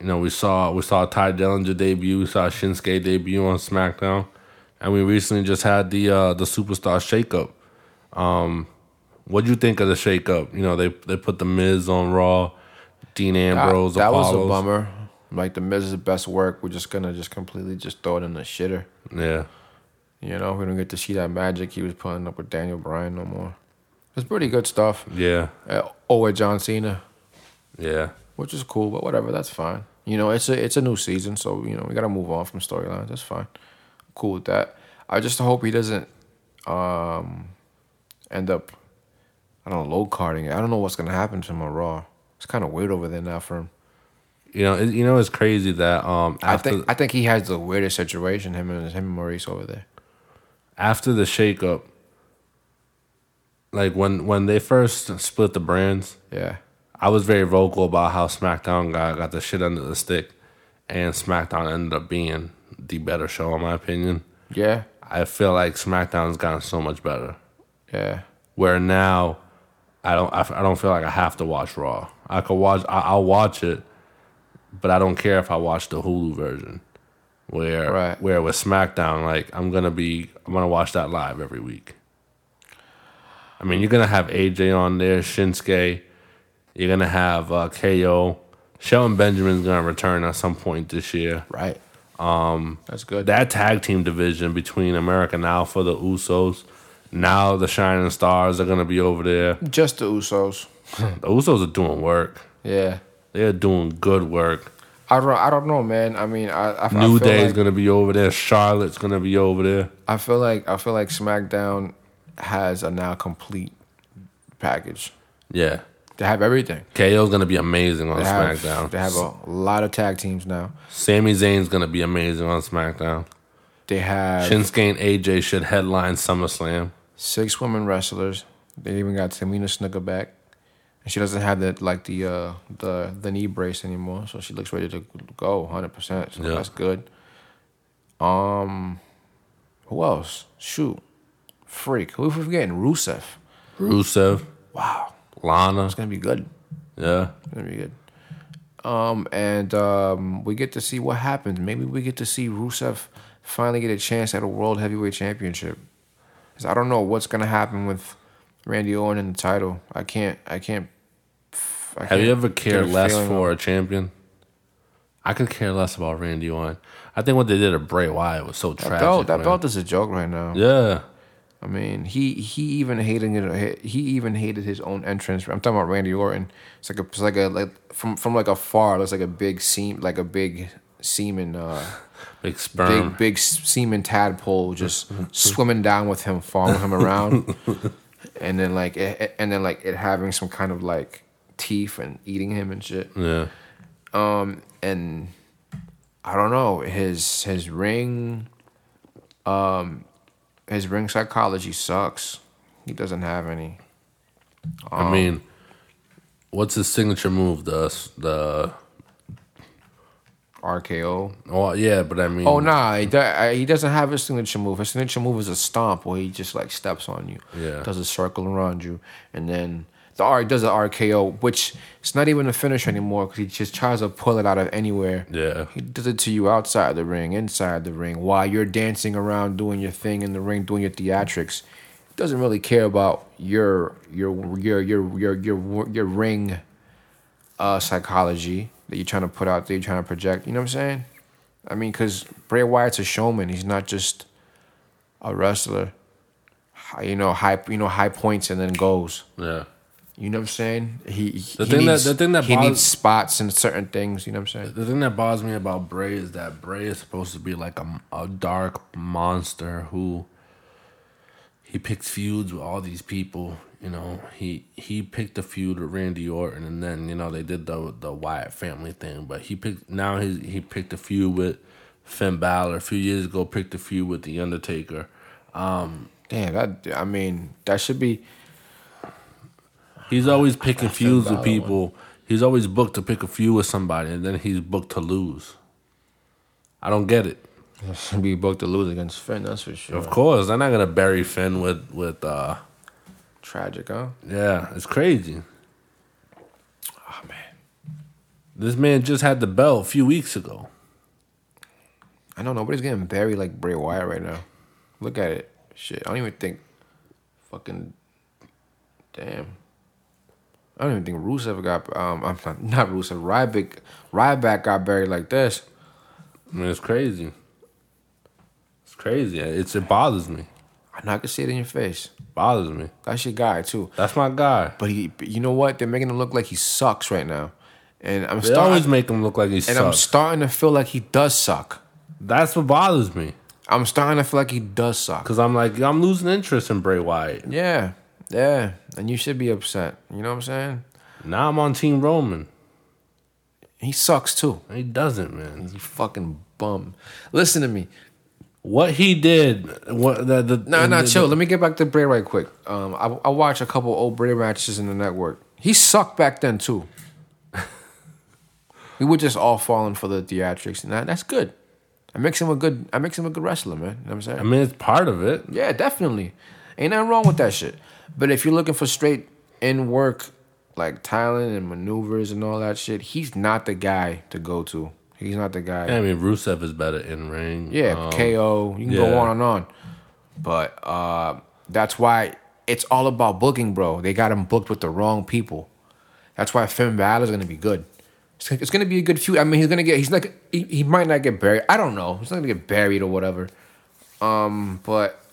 You know, we saw we saw Ty Dillinger debut, we saw Shinsuke debut on SmackDown, and we recently just had the uh, the Superstar Shakeup. Um, what do you think of the shakeup? You know, they they put the Miz on Raw, Dean Ambrose,
that, that was a
Apollos.
bummer. Like the Miz is the best work. We're just gonna just completely just throw it in the shitter.
Yeah,
You know, we don't get to see that magic he was putting up with Daniel Bryan no more. It's pretty good stuff.
yeah,
Uh, oh, with John Cena,
yeah.
which is cool, but whatever, that's fine. You know, it's a it's a new season, so you know we gotta move on from storylines. That's fine. I'm cool with that. I just hope he doesn't um end up. I don't know, low carding it. I don't know what's gonna happen to him on Raw. It's kind of weird over there now for him.
You know, it, you know, it's crazy that um
I
after
think I think he has the weirdest situation. Him and him and Maurice over there.
after the shakeup, like when when they first split the brands,
Yeah,
I was very vocal about how SmackDown got got the shit under the stick, and SmackDown ended up being the better show in my opinion.
yeah,
I feel like SmackDown's gotten so much better.
yeah.
Where now, I don't I, f- I don't feel like I have to watch Raw. I could watch I, I'll watch it, but I don't care if I watch the Hulu version. Where
Right.
where with SmackDown, like I'm gonna be I'm gonna watch that live every week. I mean, you're gonna have AJ on there, Shinsuke. You're gonna have uh, KO. Shelton Benjamin's gonna return at some point this year.
Right. Um, that's good.
That tag team division between American Alpha, the Usos, now the Shining Stars are gonna be over there.
Just the Usos.
The Usos are doing work.
Yeah.
They are doing good work.
I don't. I don't know, man. I mean, I. I,
New
I feel
Day is
like,
gonna be over there. Charlotte's gonna be over there.
I feel like. I feel like SmackDown has a now complete package.
Yeah,
They have everything.
KO's gonna be amazing on
They have,
Oh, SmackDown.
They have a lot of tag teams now.
Sami Zayn's gonna be amazing on SmackDown.
They have
Shinsuke and AJ should headline SummerSlam.
six women wrestlers. They even got Tamina Snooker back, and she doesn't have that like the uh, the the knee brace anymore, so she looks ready to go, hundred percent. So
Yeah.
that's good. Um, who else? Shoot, freak. Who are we forgetting? Rusev.
Rusev,
Wow,
Lana.
it's gonna be good.
Yeah,
It's gonna be good. Um, and um, we get to see what happens. Maybe we get to see Rusev finally get a chance at a World Heavyweight Championship. 'Cause I don't know what's gonna happen with Randy Orton in the title. I can't. I can't. I
Have
can't
you ever
get a
cared less
feeling
for a champion? I could care less about Randy Orton. I think what they did to Bray Wyatt was so
of-
tragic.
That belt, that
man.
belt is a joke right now.
Yeah,
I mean, he he even hated it. He even hated his own entrance. I'm talking about Randy Orton. It's like a it's like a like from from like afar. It looks like a big seam, like a big semen. Uh,
big sperm.
big big s- semen tadpole just swimming down with him, following him around, and then like it, and then like it having some kind of like teeth and eating him and shit.
yeah,
Um, and I don't know his his ring, um, his ring psychology sucks. He doesn't have any.
I mean, what's his signature move? The s- the
RKO.
oh yeah, but I mean,
Oh nah, he, do- uh, he doesn't have his signature move. His signature move is a stomp where he just like steps on you,
Yeah.
does a circle around you, and then the R does the RKO, which it's not even a finish anymore because he just tries to pull it out of anywhere.
yeah,
He does it to you outside the ring, inside the ring, while you're dancing around doing your thing in the ring, doing your theatrics. He doesn't really care about your your your your your your your ring uh, psychology that you're trying to put out there, you're trying to project. You know what I'm saying? I mean, because Bray Wyatt's a showman. He's not just a wrestler. Hi- You know, high you know high points and then goes.
yeah.
You know what I'm saying? He, he
The
he
thing that-
needs,
the thing that
he
bothers-
needs spots and certain things. You know what I'm saying?
The thing that bothers me about Bray is that Bray is supposed to be like a, a dark monster who he picks feuds with all these people. You know, he he picked a feud with Randy Orton, and then you know they did the the Wyatt family thing. But he picked now he he picked a feud with Finn Balor a few years ago. Picked a feud with the Undertaker.
Damn, that I mean, that should be.
He's always picking feuds with
Balor one.
people. He's always booked to pick a feud with somebody, and then he's booked to lose. I don't get it.
Should be booked to lose against Finn, that's for sure.
Of course, they're not gonna bury Finn with with uh
Tragic, huh?
yeah, it's crazy.
Oh man,
This man just had the belt a few weeks ago.
I know nobody's getting buried like Bray Wyatt right now. Look at it, shit. I don't even think, fucking, damn. I don't even think Rusev got um I'm not not Rusev Ryback Ryback got buried like this.
I mean, it's crazy. It's crazy. It's it bothers me.
I know I can see it in your face.
Bothers me.
That's your guy too.
That's my guy.
But he, but you know what? They're making him look like he sucks right now, and I'm
They
starting
always make him look like he
and
sucks.
I'm starting to feel like he does suck.
That's what bothers me.
I'm starting to feel like he does suck.
Cause I'm like I'm losing interest in Bray Wyatt.
Yeah, yeah, and you should be upset. You know what I'm saying?
Now I'm on Team Roman.
He sucks too.
He doesn't, man.
He's a fucking bum. Listen to me.
What he did, what the, the
No,
and
no,
the-
chill. Let me get back to Bray right quick. Um, I, I watched a couple old Bray matches in the network. He sucked back then too. we were just all falling for the theatrics, and that, that's good. I makes him a good. I makes him a good wrestler, man. You know what I'm saying?
I mean, it's part of it.
Yeah, definitely. Ain't nothing wrong with that shit. But if you're looking for straight in work, like Thailand and maneuvers and all that shit, he's not the guy to go to. He's not the guy.
I mean, Rusev is better in ring.
yeah,
Um,
KO. You can
yeah.
go on and on. But uh, that's why it's all about booking, bro. They got him booked with the wrong people. That's why Finn Balor's gonna be good. It's, it's gonna be a good few. I mean, he's gonna get. He's like he, he might not get buried. I don't know. He's not gonna get buried or whatever. Um, but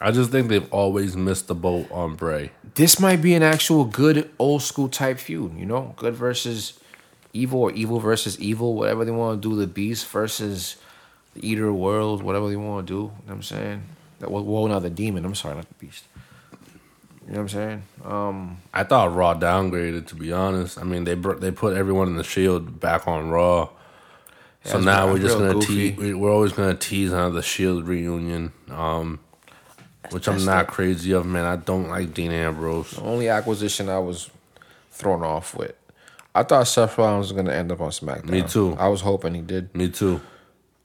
I just think they've always missed the boat on Bray.
this might be an actual good old school type feud, you know? Good versus evil or evil versus evil, whatever they want to do, the beast versus the eater of world, whatever they want to do. You know what I'm saying? That well, well, not the demon, I'm sorry, not the beast. You know what I'm saying? Um
I thought Raw downgraded. To be honest, I mean they br- they put everyone in the Shield back on Raw, so
it's
now
been
we're just
real
gonna
goofy.
tease. We're always gonna tease another Shield reunion, um, which I'm
That's
not
the-
crazy of. Man, I don't like Dean Ambrose.
the only acquisition I was thrown off with. I thought Seth Rollins was gonna end up on SmackDown.
Me too.
I was hoping he did.
Me too.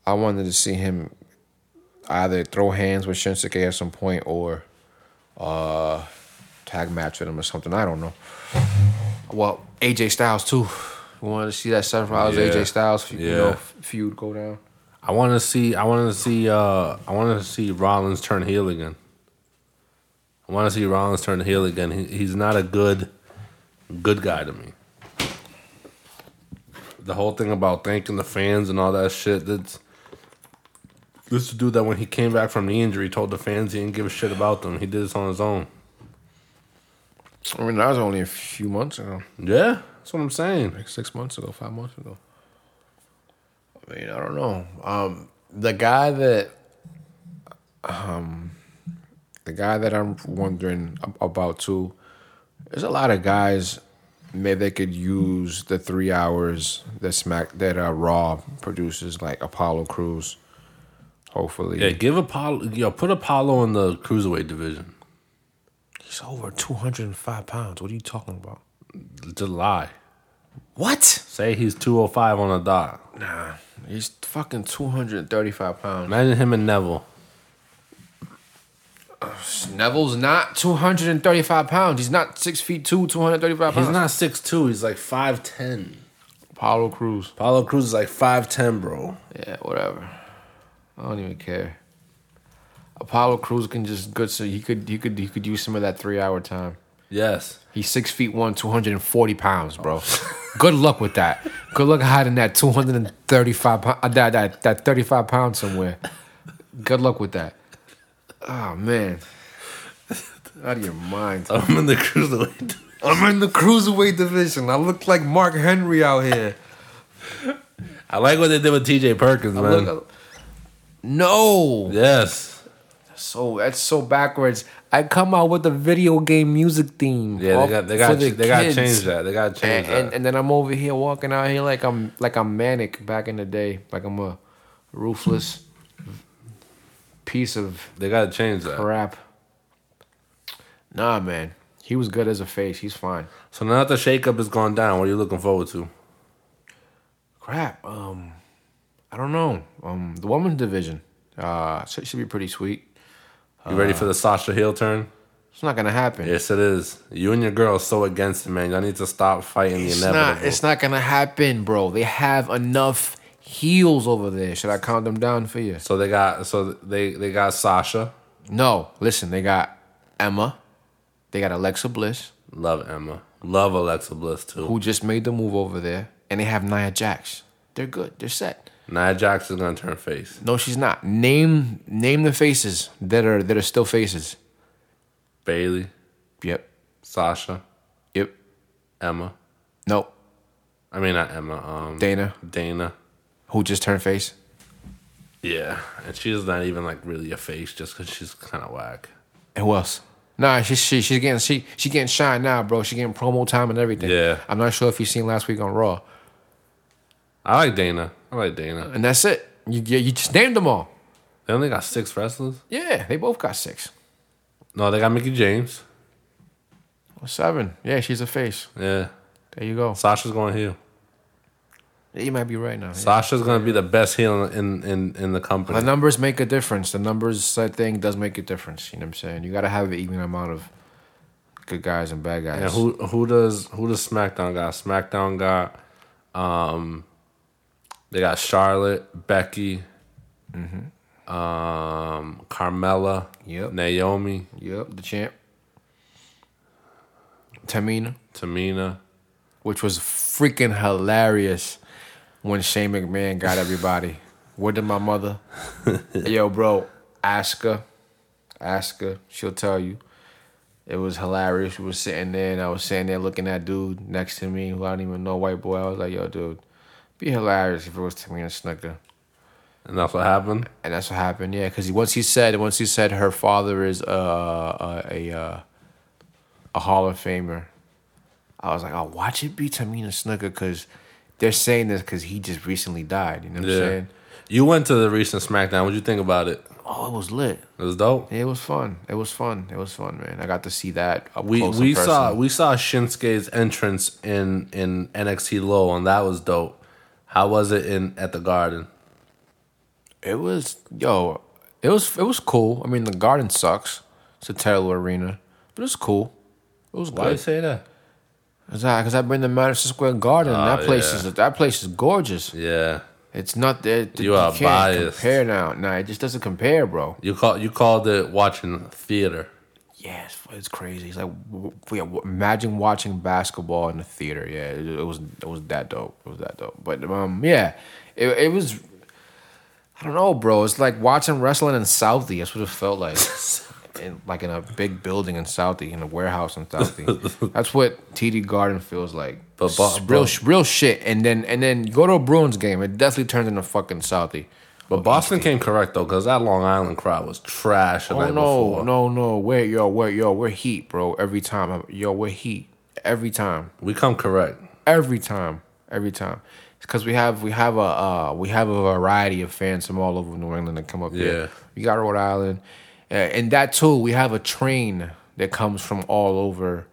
I wanted to see him either throw hands with Shinsuke at some point or uh, tag match with him or something. I don't know. Well, AJ Styles too. We wanted to see that Seth Rollins
Yeah.
AJ Styles fe- you know,
Yeah.
feud go down.
I want to see. I want to see. Uh, I want to see Rollins turn heel again. I want to see Rollins turn heel again. He, he's not a good, good guy to me. The whole thing about thanking the fans and all that shit. That's this dude that when he came back from the injury told the fans he didn't give a shit about them. He did this on his own.
I mean, that was only a few months ago,
Yeah, that's what I'm saying.
like six months ago, five months ago. I mean, I don't know. Um, the guy that, um, the guy that I'm wondering ab- about too. There's a lot of guys maybe they could use the three hours that Smack that uh, Raw produces, like Apollo Crews. Hopefully,
Yeah, give Apollo. Yo, put Apollo in the cruiserweight division.
he's over two hundred and five pounds. What are you talking about?
Just lie.
What?
Say he's two hundred five on the dot.
Nah, he's fucking two hundred and thirty-five pounds.
Imagine him and Neville.
Neville's not two hundred and thirty-five pounds. He's not six feet two, two hundred thirty-five pounds.
He's not six two. He's like five ten.
Apollo Crews.
Apollo Cruz is like five ten, bro.
Yeah, whatever. I don't even care. Apollo Crews can just good. So he could he could he could use some of that three hour time.
Yes.
He's six feet one, two hundred and forty pounds, bro. good luck with that. Good luck hiding that two hundred and thirty five pound uh, that that that thirty five pounds somewhere. Good luck with that. Oh man, out of your mind.
I'm in the cruiserweight. div-
I'm in the cruiserweight division. I look like Mark Henry out here.
I like what they did with T.J. Perkins,
I
man.
look, no.
yes.
So that's so backwards. I come out with a video game music theme.
Yeah,
off-
they got they
for
got
the
they got to
kids.
change that. They got to
And,
change
and,
that.
and then I'm over here walking out here like I'm like I'm manic back in the day, like I'm a ruthless piece of
They got to change that.
crap. Nah, man, he was good as a face. He's fine.
So now that the shakeup has gone down, what are you looking forward to?
Crap. Um, I don't know. Um, the women's division. Uh, so it should be pretty sweet.
You ready for the Sasha heel turn?
It's not gonna happen.
Yes, it is. You and your girl are so against it, man. Y'all need to stop fighting
It's
the inevitable.
not. It's not gonna happen, bro. They have enough heels over there. Should I count them down for you?
so they got so they they got Sasha.
No. Listen, they got Emma. They got Alexa Bliss,
Love Emma. Love Alexa Bliss too.
who just made the move over there, and they have Nia Jax. They're good. They're set.
Nia Jax is gonna turn face.
No, she's not. Name name the faces that are that are still faces.
Bailey,
Yep.
Sasha,
Yep.
Emma.
Nope.
I mean not Emma. Um,
Dana,
Dana.
who just turned face.
Yeah, and she's not even like really a face, just because she's kind of whack.
And who else? Nah, she, she she's getting she she getting shine now, bro. She getting promo time and everything.
Yeah.
I'm not sure if you seen last week on Raw.
I like Dana. I like Dana.
and that's it. You you you just named them all.
They only got six wrestlers.
Yeah, they both got six
No, they got Mickey James.
or seven. Yeah, she's a face.
Yeah,
There you go.
Sasha's going to heel.
You might be right now.
Sasha's going to be the best heel in in in the company.
The numbers make a difference. The numbers I think does make a difference. You know what I'm saying? You got to have an even amount of good guys and bad guys.
And who who does who does SmackDown got? SmackDown got um they got Charlotte, Becky, um Carmella,
Yep.
Naomi,
Yep, the champ. Tamina,
Tamina.
which was freaking hilarious when Shane McMahon got everybody. Where did my mother? Yo, bro, ask her. Ask her. She'll tell you. It was hilarious. We were sitting there, and I was sitting there looking at dude next to me who I don't even know, white boy. I was like, yo, dude, be hilarious if it was Tamina Snuka.
And that's what happened.
And that's what happened, yeah. Because once he said, once he said her father is uh, a a, uh, a Hall of Famer, I was like, oh, watch it be Tamina Snuka because they're saying this because he just recently died. You know what
Yeah.
I'm saying?
You went to the recent SmackDown. What'd you think about it?
Oh, it was lit.
It was dope.
It was fun. It was fun. It was fun, man. I got to see that. Up
We
close
we
and
saw
personal.
we saw Shinsuke's entrance in in NXT Low, and that was dope. How was it in at the Garden?
It was yo. It was it was cool. I mean, the Garden sucks. It's a terrible arena, but it's cool. It was good.
say that?
Cause I, cause I been to Madison Square Garden. and that place
Ah, yeah.
is that place is gorgeous.
Yeah,
It's not that
You are biased.
Compare now, nah, it just doesn't compare, bro.
you call you called it watching theater.
Yes, it's crazy. It's like w- yeah, w- imagine watching basketball in the theater. Yeah, it, it was it was that dope. It was that dope. But um, yeah, it it was. I don't know, bro. It's like watching wrestling in Southie. That's what it felt like. In, like in a big building in Southie, in a warehouse in Southie. That's what TD Garden feels like.
But- but-
S- real, sh- real shit. And then, and then you go to a Bruins game. It definitely turns into fucking Southie.
But Boston came correct though, because that Long Island crowd was trash the
Oh
night
no,
before.
no, no! Wait, yo, wait, yo, we're heat, bro. Every time, I'm- yo, we're heat. every time.
We come correct.
every time, every time. Because we have we have a uh, we have a variety of fans from all over New England that come up
Yeah.
here. We got Rhode Island, Uh, and that too. We have a train that comes from all over.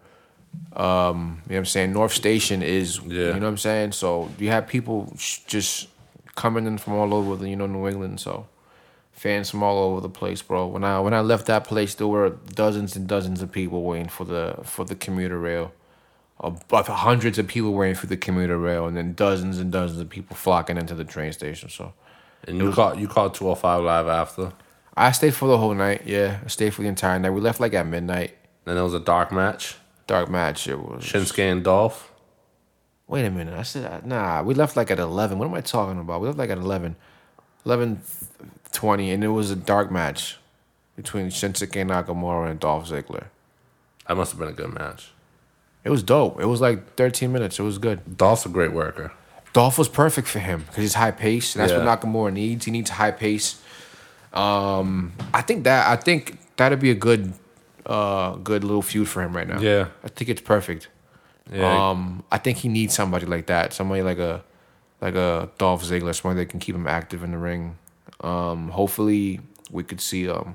Um, you know what I'm saying? North Station is,
Yeah.
you know what I'm saying. So you have people sh- just coming in from all over the, you know, New England. So fans from all over the place, bro. When I when I left that place, there were dozens and dozens of people waiting for the for the commuter rail. Of hundreds of people waiting for the commuter rail, and then dozens and dozens of people flocking into the train station. So
And you call you called two oh five live after.
I stayed for the whole night. Yeah, I stayed for the entire night. We left like at midnight.
Then it was a dark match.
Dark match. It was.
Shinsuke and Dolph.
Wait a minute. I said nah. We left like at eleven. What am I talking about? We left like at 11. 11.20, and it was a dark match between Shinsuke Nakamura and Dolph Ziggler.
That must have been a good match.
It was dope. It was like 13 minutes. It was good.
Dolph's a great worker.
Dolph was perfect for him because he's high pace. And that's
Yeah.
what Nakamura needs. He needs high pace. Um, I think that I think that'd be a good, uh, good little feud for him right now.
Yeah.
I think it's perfect.
Yeah.
Um, I think he needs somebody like that. Somebody like a, like a Dolph Ziggler. Somebody that can keep him active in the ring. Um, hopefully we could see um,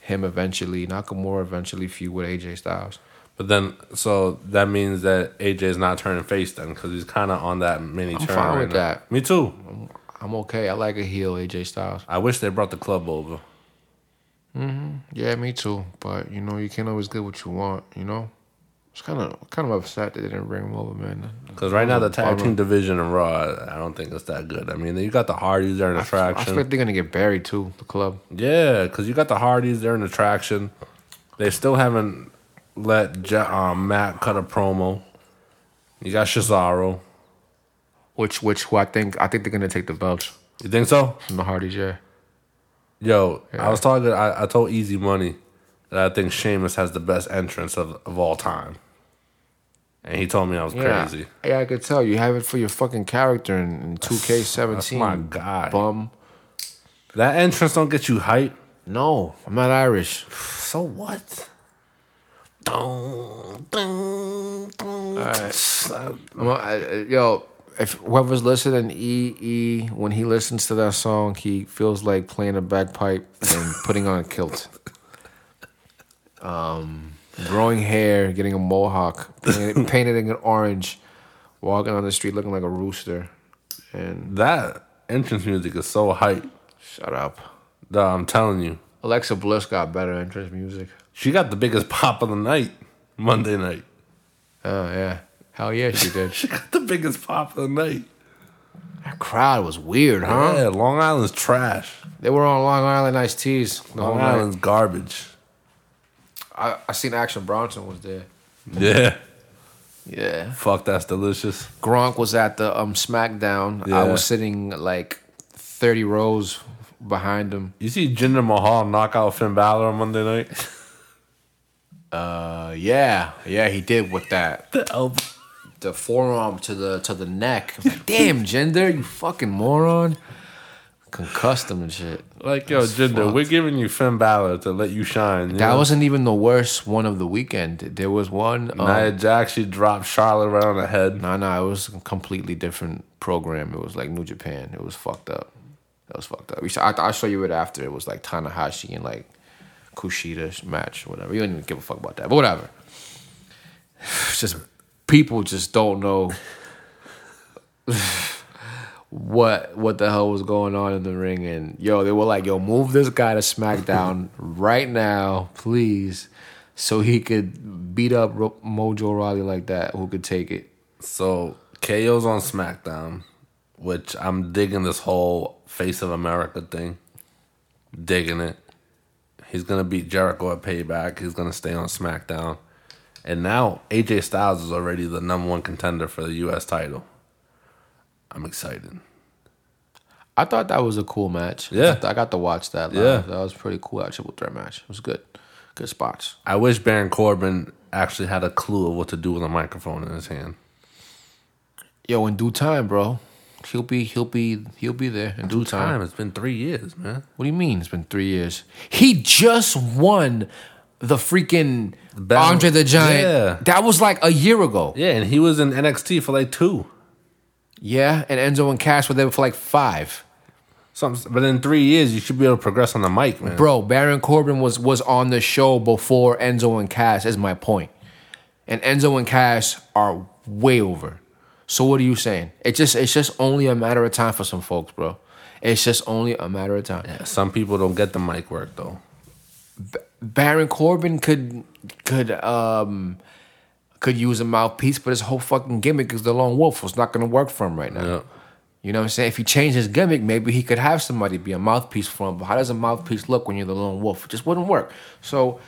him eventually. Nakamura eventually feud with AJ Styles.
but then, so that means that AJ's not turning face then because he's kind of on that mini turn.
fine
right
with
now.
that.
Me too.
I'm okay. I like a heel AJ Styles.
I wish they brought the club over.
Yeah, me too. But you know, you can't always get what you want. You know, it's kind of kind of upset that they didn't bring him over, man.
Because right now the tag team division in Raw, I- I don't think it's that good. I mean, you got the Hardys, they're an
I
attraction.
expect they're gonna get buried too. The club.
Yeah, because you got the Hardys, they're an attraction. They still haven't let Je- um, Matt cut a promo. You got Cesaro.
Which which who I think I think they're gonna take the belts
You think so?
from the Hardys. Yeah,
Yo, I was talking. I, I told Easy Money that I think Sheamus has the best entrance of, of all time, and he told me I was crazy.
Yeah, yeah, I could tell you have it for your fucking character in, in 2K17.
That's my guy.
Bum.
That entrance don't get you hype.
No, I'm not Irish.
So what? Dun, dun, dun.
I'm not- I- I- yo, if whoever's listening, E E, when he listens to that song, he feels like playing a bagpipe and putting on a kilt. Um, growing hair, getting a mohawk, painted, painted in orange, walking on the street looking like a rooster. And
That entrance music is so hype.
shut up.
Duh, I'm telling you.
Alexa Bliss got better entrance music.
She got the biggest pop of the night, Monday night.
Oh yeah, hell yeah, she did.
She got the biggest pop of the night.
that crowd was weird, huh?
Yeah, Long Island's trash.
They were on Long Island iced teas. The whole
Long
night.
Island's garbage.
I, I seen Action Bronson was there.
Yeah.
Yeah.
Fuck, that's delicious.
Gronk was at the um SmackDown. I
Yeah.
was sitting like thirty rows behind him.
You see Jinder Mahal knock out Finn Balor on Monday night?
Uh, yeah, yeah, he did with that
the elbow.
the forearm to the to the neck. Damn, Jinder, you fucking moron! Concussed him and shit.
Like, yo, Jinder,
fucked.
we're giving you Finn Balor to let you shine. You
That
know?
wasn't even the worst one of the weekend. There was one. Um,
Nia Jax, she dropped Charlotte right on the head.
No, no, it was a completely different program. It was like New Japan. It was fucked up. It was fucked up. We sh- I, I show you it after. It was like Tanahashi and like Kushida match, whatever. You don't even give a fuck about that, but whatever. It's just people just don't know what what the hell was going on in the ring, and yo, they were like, yo, move this guy to SmackDown right now, please, so he could beat up Ro- Mojo Rawley like that, who could take it.
So, KO's on SmackDown, which I'm digging this whole Face of America thing. Digging it. He's going to beat Jericho at Payback. He's going to stay on SmackDown. And now AJ Styles is already the number one contender for the U.S. title. I'm excited.
I thought that was a cool match.
Yeah.
I got to watch that. Live.
Yeah.
that was pretty cool. That triple threat match. It was good. Good spots.
I wish Baron Corbin actually had a clue of what to do with a microphone in his hand.
Yo, in due time, bro. He'll be he'll be he'll be there in due, time.
Time, it's been three years, man.
What do you mean? It's been three years. He just won the freaking
Battle-
Andre the Giant.
Yeah.
That was like a year ago.
Yeah, and he was in NXT for like two.
Yeah, and Enzo and Cash were there for like five.
Something, but in three years, you should be able to progress on the mic, man.
Bro, Baron Corbin was was on the show before Enzo and Cash is my point. And Enzo and Cash are way over. So what are you saying? It's just it's just only a matter of time for some folks, bro. It's just only a matter of time.
Some people don't get the mic work though.
Baron Corbin could could um could use a mouthpiece, but his whole fucking gimmick is the lone wolf. It's not gonna work for him right now.
Yeah.
You know what I'm saying? If he changed his gimmick, maybe he could have somebody be a mouthpiece for him. But how does a mouthpiece look when you're the lone wolf? It just wouldn't work. So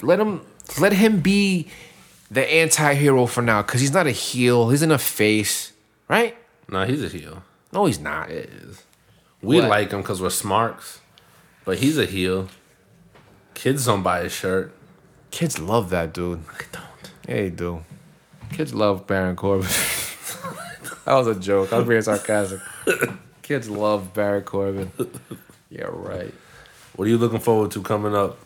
let him let him be the anti-hero for now, because he's not a heel. He's in a face, right?
Nah, he's a heel.
No, he's not.
We
What?
like him because we're smarks, but he's a heel. Kids don't buy his shirt.
Kids love that dude.
I don't.
Yeah, they do. Kids love Baron Corbin. that was a joke. I was being sarcastic. Kids love Baron Corbin. Yeah, right.
What are you looking forward to coming up?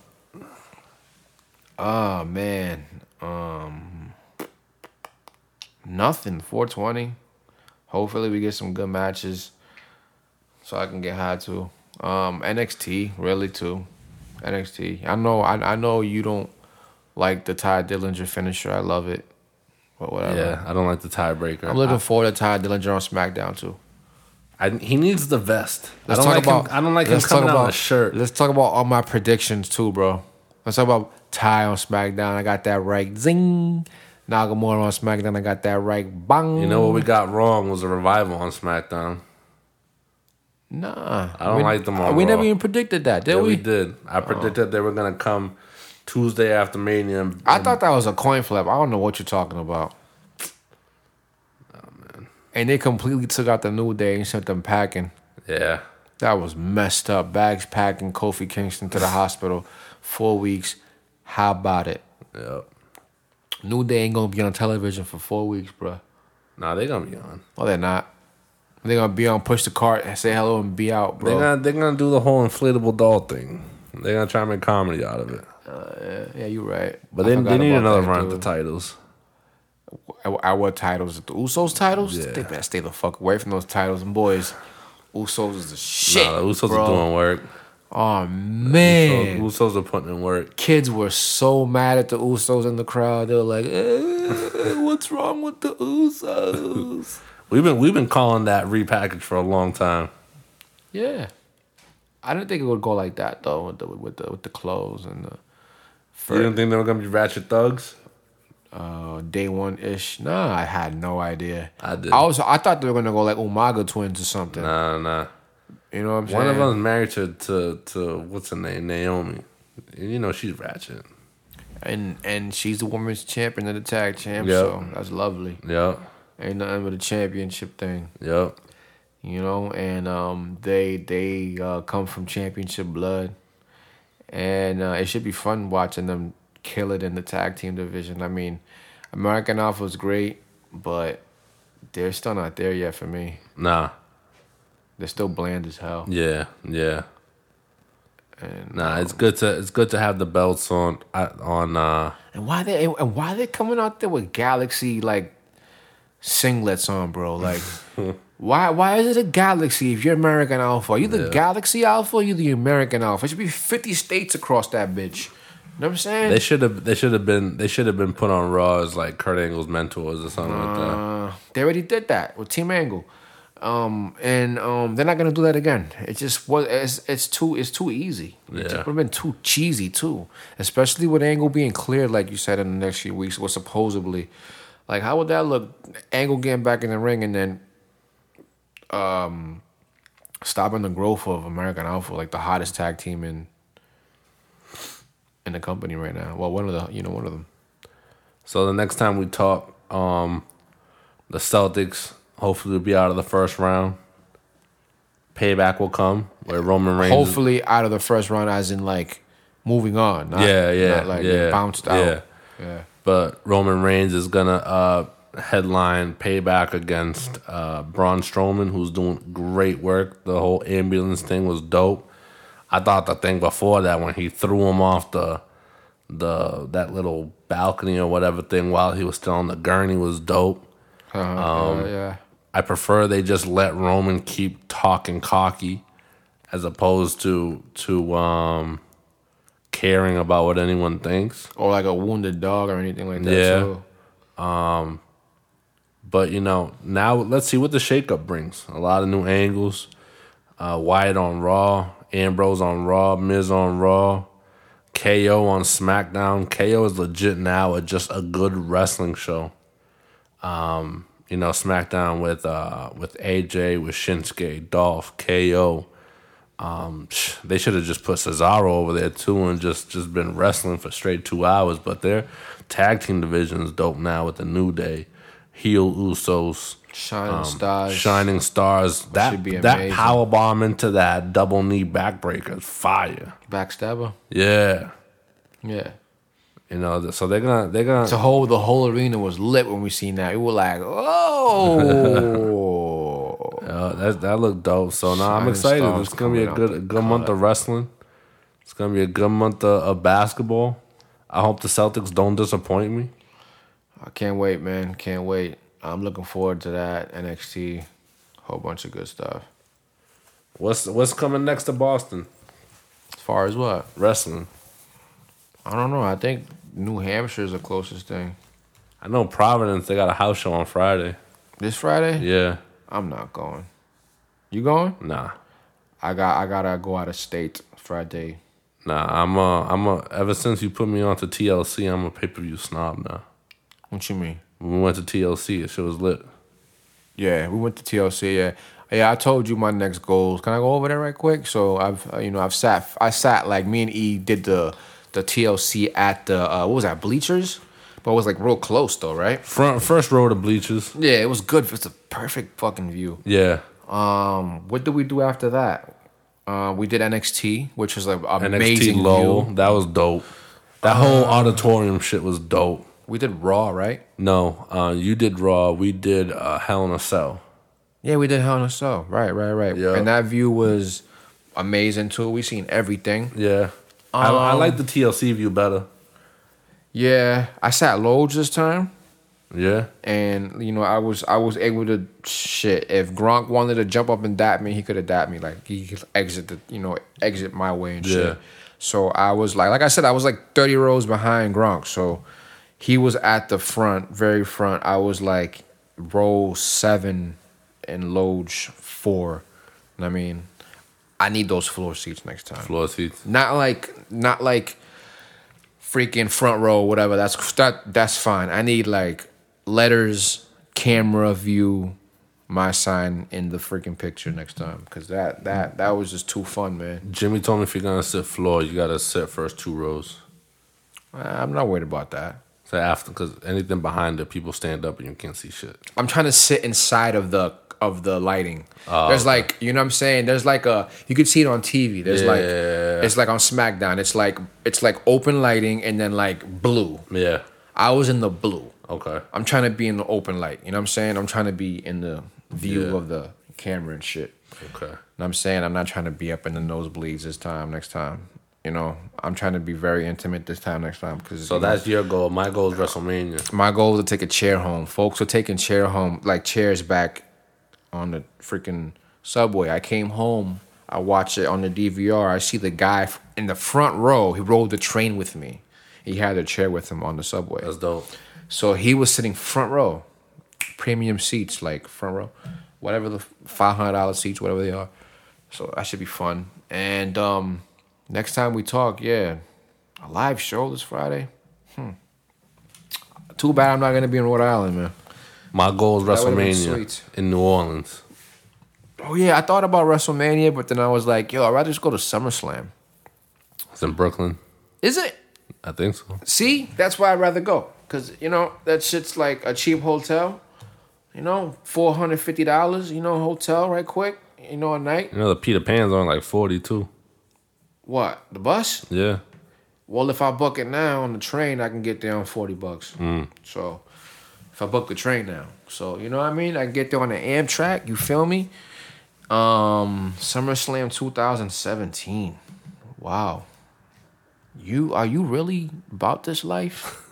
Oh man. Um nothing. 420. Hopefully we get some good matches. So I can get high too. Um NXT, really too. NXT. I know I I know you don't like the Ty Dillinger finisher. I love it. But whatever.
Yeah, I don't like the tiebreaker.
I'm looking forward to Ty Dillinger on SmackDown too.
I, he needs the vest.
Let's
I don't like
talk about.
him, I don't like him
let's
coming
talk
out
about,
in a shirt.
Let's talk about all my predictions too, bro. Let's talk about Ty on SmackDown. I got that right. Zing. Nagamore on SmackDown. I got that right. Bang.
You know what we got wrong was a revival on SmackDown.
Nah.
I don't
we,
like them on
We
Raw.
never even predicted that, did
Yeah,
we?
we did. I predicted they were gonna come Tuesday after Mania. and-
I thought that was a coin flip. I don't know what you're talking about. And they completely took out the New Day and sent them packing.
yeah,
That was messed up. Bags packing Kofi Kingston to the hospital. Four weeks. How about it?
yeah.
New Day ain't gonna be on television for four weeks, bro.
Nah, they gonna be on.
No, they're not. They're gonna be on push the cart and say hello and be out,
They're
bro.
gonna they're gonna do the whole inflatable doll thing. They're gonna try and make comedy out of it.
Uh, yeah, you're right.
But
I
they,
forgot
they need
about
another
that,
run at the
dude.
titles.
At- At what titles? The Usos titles?
Yeah.
They better stay the fuck away from those titles and boys. Usos is the shit.
Nah, the Usos
bro.
are doing work.
Oh man.
The Usos are putting in work.
kids were so mad at the Usos in the crowd. They were like, "Eh, "What's wrong with the Usos?"
We've been we've been calling that repackage for a long time.
yeah, I didn't think it would go like that though with the with the with the clothes and the
You didn't think they were gonna be ratchet thugs?
uh, day one ish. Nah, I had no idea.
I did.
I was I thought they were gonna go like Umaga twins or something.
Nah, nah.
You know what I'm saying?
One of them's married to, to to what's her name, Naomi. And you know she's ratchet.
And and she's the women's champion and the tag champ.
Yep.
So that's lovely.
Yep,
Ain't nothing but a championship thing.
yep.
you know, and um, they they uh, come from championship blood, and uh, it should be fun watching them kill it in the tag team division. I mean, American Alpha's great, but they're still not there yet for me.
Nah,
They're still bland as hell.
yeah, yeah.
And
Nah, it's good to it's good to have the belts on uh, on. uh
and why they and why they coming out there with Galaxy like singlets on, bro? Like. Why? Why is it a galaxy if you're American Alpha? Are you the
Yeah.
Galaxy Alpha? Or you the American Alpha? It should be fifty states across that bitch. You know what I'm saying?
They should have they should have been they should have been put on Raw as like Kurt Angle's mentors or something like that.
Uh, they already did that with Team Angle, um, and um, they're not gonna do that again. It just was. It's, it's too. It's too easy. It
Yeah.
would have been too cheesy too, especially with Angle being cleared, like you said, in the next few weeks, or supposedly. Like, how would that look? Angle getting back in the ring and then, um, stopping the growth of American Alpha, like the hottest tag team in. In the company right now. Well, one of the you know one of them.
So the next time we talk, um, the Celtics hopefully will be out of the first round. Payback will come where Roman Reigns.
hopefully out of the first round, as in like moving on. Not,
yeah, yeah,
not like
yeah,
bounced out.
yeah.
Yeah. yeah,
But Roman Reigns is gonna uh, headline Payback against uh, Braun Strowman, who's doing great work. The whole ambulance thing was dope. I thought the thing before that when he threw him off the the that little balcony or whatever thing while he was still on the gurney was dope.
Uh,
Um,
yeah.
I prefer they just let Roman keep talking cocky as opposed to to um caring about what anyone thinks.
Or like a wounded dog or anything like that.
Yeah.
too.
But you know, now let's see what the shakeup brings. A lot of new angles. Uh, Wyatt on Raw, Ambrose on Raw, Miz on Raw, KO on SmackDown. KO is legit now at just a good wrestling show. Um, you know, SmackDown with uh with AJ, with Shinsuke, Dolph, KO. Um, psh, they should have just put Cesaro over there too and just just been wrestling for straight two hours. But their tag team division is dope now with the New Day, heel Usos,
Shining
um,
stars.
Shining Stars. That
should be
that
amazing.
power bomb into that double knee backbreaker, is fire.
Backstabber.
Yeah,
Yeah.
you know. th- So they're gonna they're gonna
The whole the whole arena was lit when we seen that. We were like, oh.
uh, that that looked dope. So now I'm
Shining
excited.
Stars
It's gonna be a
coming
good
out
a
the
good month of wrestling. It's gonna be a good month of, of basketball. I hope the Celtics don't disappoint me.
I can't wait, man. Can't wait. I'm looking forward to that NXT. Whole bunch of good stuff.
What's what's coming next to Boston
As far as what?
wrestling?
I don't know. I think New Hampshire is the closest thing.
I know Providence. They got a house show on Friday.
This Friday?
Yeah,
I'm not going. You going?
nah,
I got I gotta go out of state Friday.
nah. I'm a I'm a. Ever since you put me onto TLC, I'm a pay per view snob now.
What you mean?
When we went to TLC, it shit was lit.
Yeah, we went to TLC. Yeah, yeah. I told you my next goals. Can I go over there right quick? So I've, uh, you know, I've sat, I sat like me and E did the the TLC at the uh, what was that bleachers, but it was like real close though, right?
Front first row to bleachers.
Yeah, it was good. It's a perfect fucking view.
Yeah,
Um, what did we do after that? Uh, we did NXT, which was like
NXT
amazing
Lowell.
view.
That was dope. That whole auditorium shit was dope.
We did Raw, right?
No, uh, you did Raw. We did uh, Hell in a Cell.
Yeah, we did Hell in a Cell. Right, right, right.
Yeah.
And that view was amazing too. We seen everything.
Yeah, I, I
Um,
like the TLC view better.
Yeah, I sat Lodge this time.
Yeah,
and you know I was I was able to shit. If Gronk wanted to jump up and dap me, he could have dapped me. Like he could exit the you know exit my way and
Yeah.
shit. So I was like, like I said, I was like thirty rows behind Gronk. So he was at the front, very front. I was like row seven and Loge four. And I mean, I need those floor seats next time.
floor seats.
Not like not like freaking front row, whatever. That's that that's fine. I need like letters, camera view, my sign in the freaking picture next time. Cause that that that was just too fun, man.
Jimmy told me if you're gonna sit floor, you gotta sit first two rows.
Uh, I'm not worried about that.
So after, because anything behind it, people stand up and you can't see shit.
I'm trying to sit inside of the of the lighting. There's like you know what I'm saying. There's like a you could see it on TV. There's
Yeah.
like it's like on SmackDown. It's like it's like open lighting and then like blue.
Yeah.
I was in the blue.
Okay.
I'm trying to be in the open light. You know what I'm saying? I'm trying to be in the view
Yeah.
of the camera and shit.
Okay.
And I'm saying I'm not trying to be up in the nosebleeds this time. Next time, you know, I'm trying to be very intimate this time. Next time, because
So that's your goal. My goal is WrestleMania.
my goal is to take a chair home. Folks are taking chair home, like chairs back on the freaking subway. I came home. I watch it on the DVR. I see the guy f- in the front row. He rode the train with me. He had a chair with him on the subway.
That's dope.
So he was sitting front row, premium seats, like front row, whatever the five hundred dollar seats, whatever they are. So that should be fun. And um, next time we talk, yeah, a live show this Friday. Hmm. Too bad I'm not gonna be in Rhode Island, man.
My goal is
That would've been
WrestleMania
sweet.
in New Orleans.
Oh yeah, I thought about WrestleMania, but then I was like, yo, I'd rather just go to SummerSlam.
It's in Brooklyn.
Is it?
I think so.
See, that's why I'd rather go. Cause you know that shit's like a cheap hotel. You know, four hundred fifty dollars. You know, hotel right quick. You know, a night.
You know, the Peter Pan's on like 42.
What the bus?
Yeah.
Well, if I book it now on the train, I can get there on forty bucks.
Mm.
So, if I book the train now, so you know what I mean, I can get there on the Amtrak. You feel me? Um, SummerSlam 2017. Wow, you are you really about this life?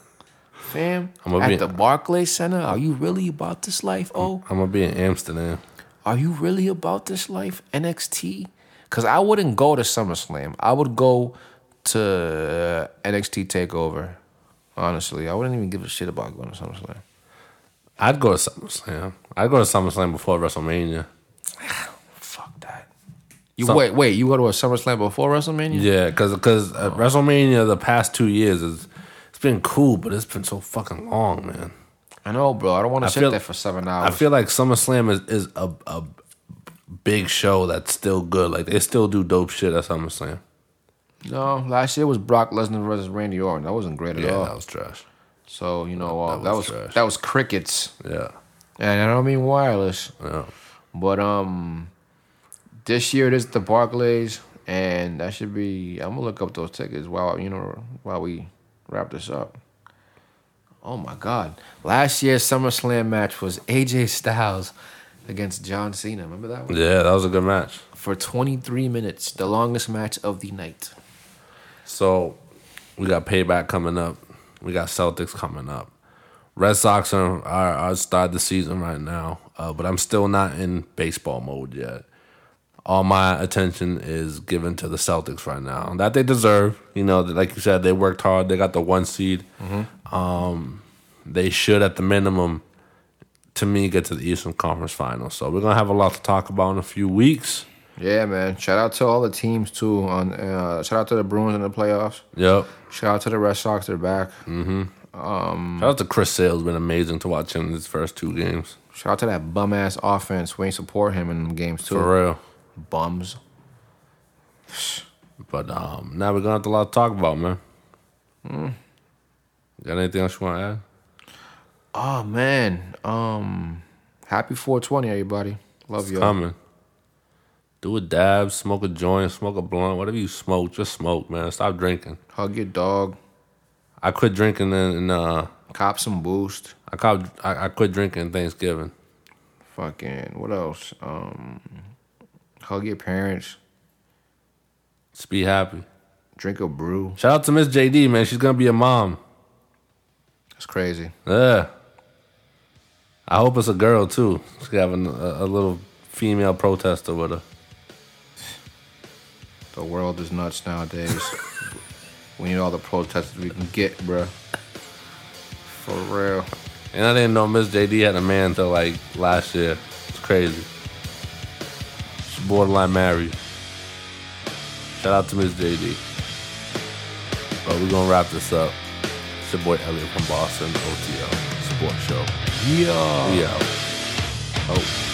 Fam,
I'ma
at
be-
the Barclays Center, are you really about this life? Oh,
I'm gonna be in Amsterdam.
are you really about this life, NXT? Because I wouldn't go to SummerSlam. I would go to uh, NXT Takeover. Honestly, I wouldn't even give a shit about going to SummerSlam.
I'd go to SummerSlam. I'd go to SummerSlam before WrestleMania.
Fuck that. You
Some-
wait, wait. You go to a SummerSlam before WrestleMania?
Yeah, because uh, WrestleMania the past two years is it's been cool, but it's been so fucking long, man.
I know, bro. I don't want to sit
feel-
there for seven
I
hours.
feel like SummerSlam is, is a, a big show that's still good. Like they still do dope shit at SummerSlam.
no, last year was Brock Lesnar versus Randy Orton. That wasn't great at
Yeah,
all.
that was trash.
so you know, uh,
that
that
was
was
trash.
that was crickets,
Yeah,
and I don't mean wireless.
yeah.
But um, this year it is the Barclays, and that should be. I'm gonna look up those tickets while you know while we wrap this up. Oh my God! Last year's SummerSlam match was AJ Styles against John Cena. Remember that one?
Yeah, that was a good match.
For 23 minutes, the longest match of the night.
So we got payback coming up. We got Celtics coming up. Red Sox are are, are start the season right now, uh, but I'm still not in baseball mode yet. All my attention is given to the Celtics right now. That they deserve. You know, that- like you said, they worked hard. They got the one seed. Um, they should, at the minimum, to me, get to the Eastern Conference Finals. So we're gonna have a lot to talk about in a few weeks.
Yeah, man. Shout out to all the teams too. On uh, shout out to the Bruins in the playoffs.
Yep.
Shout out to the Red Sox. They're back.
Shout out to Chris Sale. It's been amazing to watch him in his first two games.
Shout out to that bum ass offense. We ain't support him in them games too.
For real.
Bums.
But um, now we're gonna have a lot to talk about, man. Got anything else you want to add?
Oh man. Um happy 420 everybody. Love you. all
Coming. Do a dab, smoke a joint, smoke a blunt, whatever you smoke, just smoke, man. Stop drinking.
Hug your dog.
I quit drinking in, in uh,
Cop some boost.
I, caught, I I quit drinking Thanksgiving.
Fucking what else? Um hug your parents.
Just be happy.
Drink a brew.
Shout out to Miss JD, man. She's gonna be a mom.
That's crazy.
Yeah. I hope it's a girl too. She's having a, a little female protester with her.
The world is nuts nowadays. we need all the protesters we can get, bruh. For real.
And I didn't know Miss JD had a man till like last year. It's crazy. She's borderline married. Shout out to Miss JD. But we're gonna wrap this up. It's your boy Elliot from Boston, OTL Sports Show.
Yeah.
We out. Oh.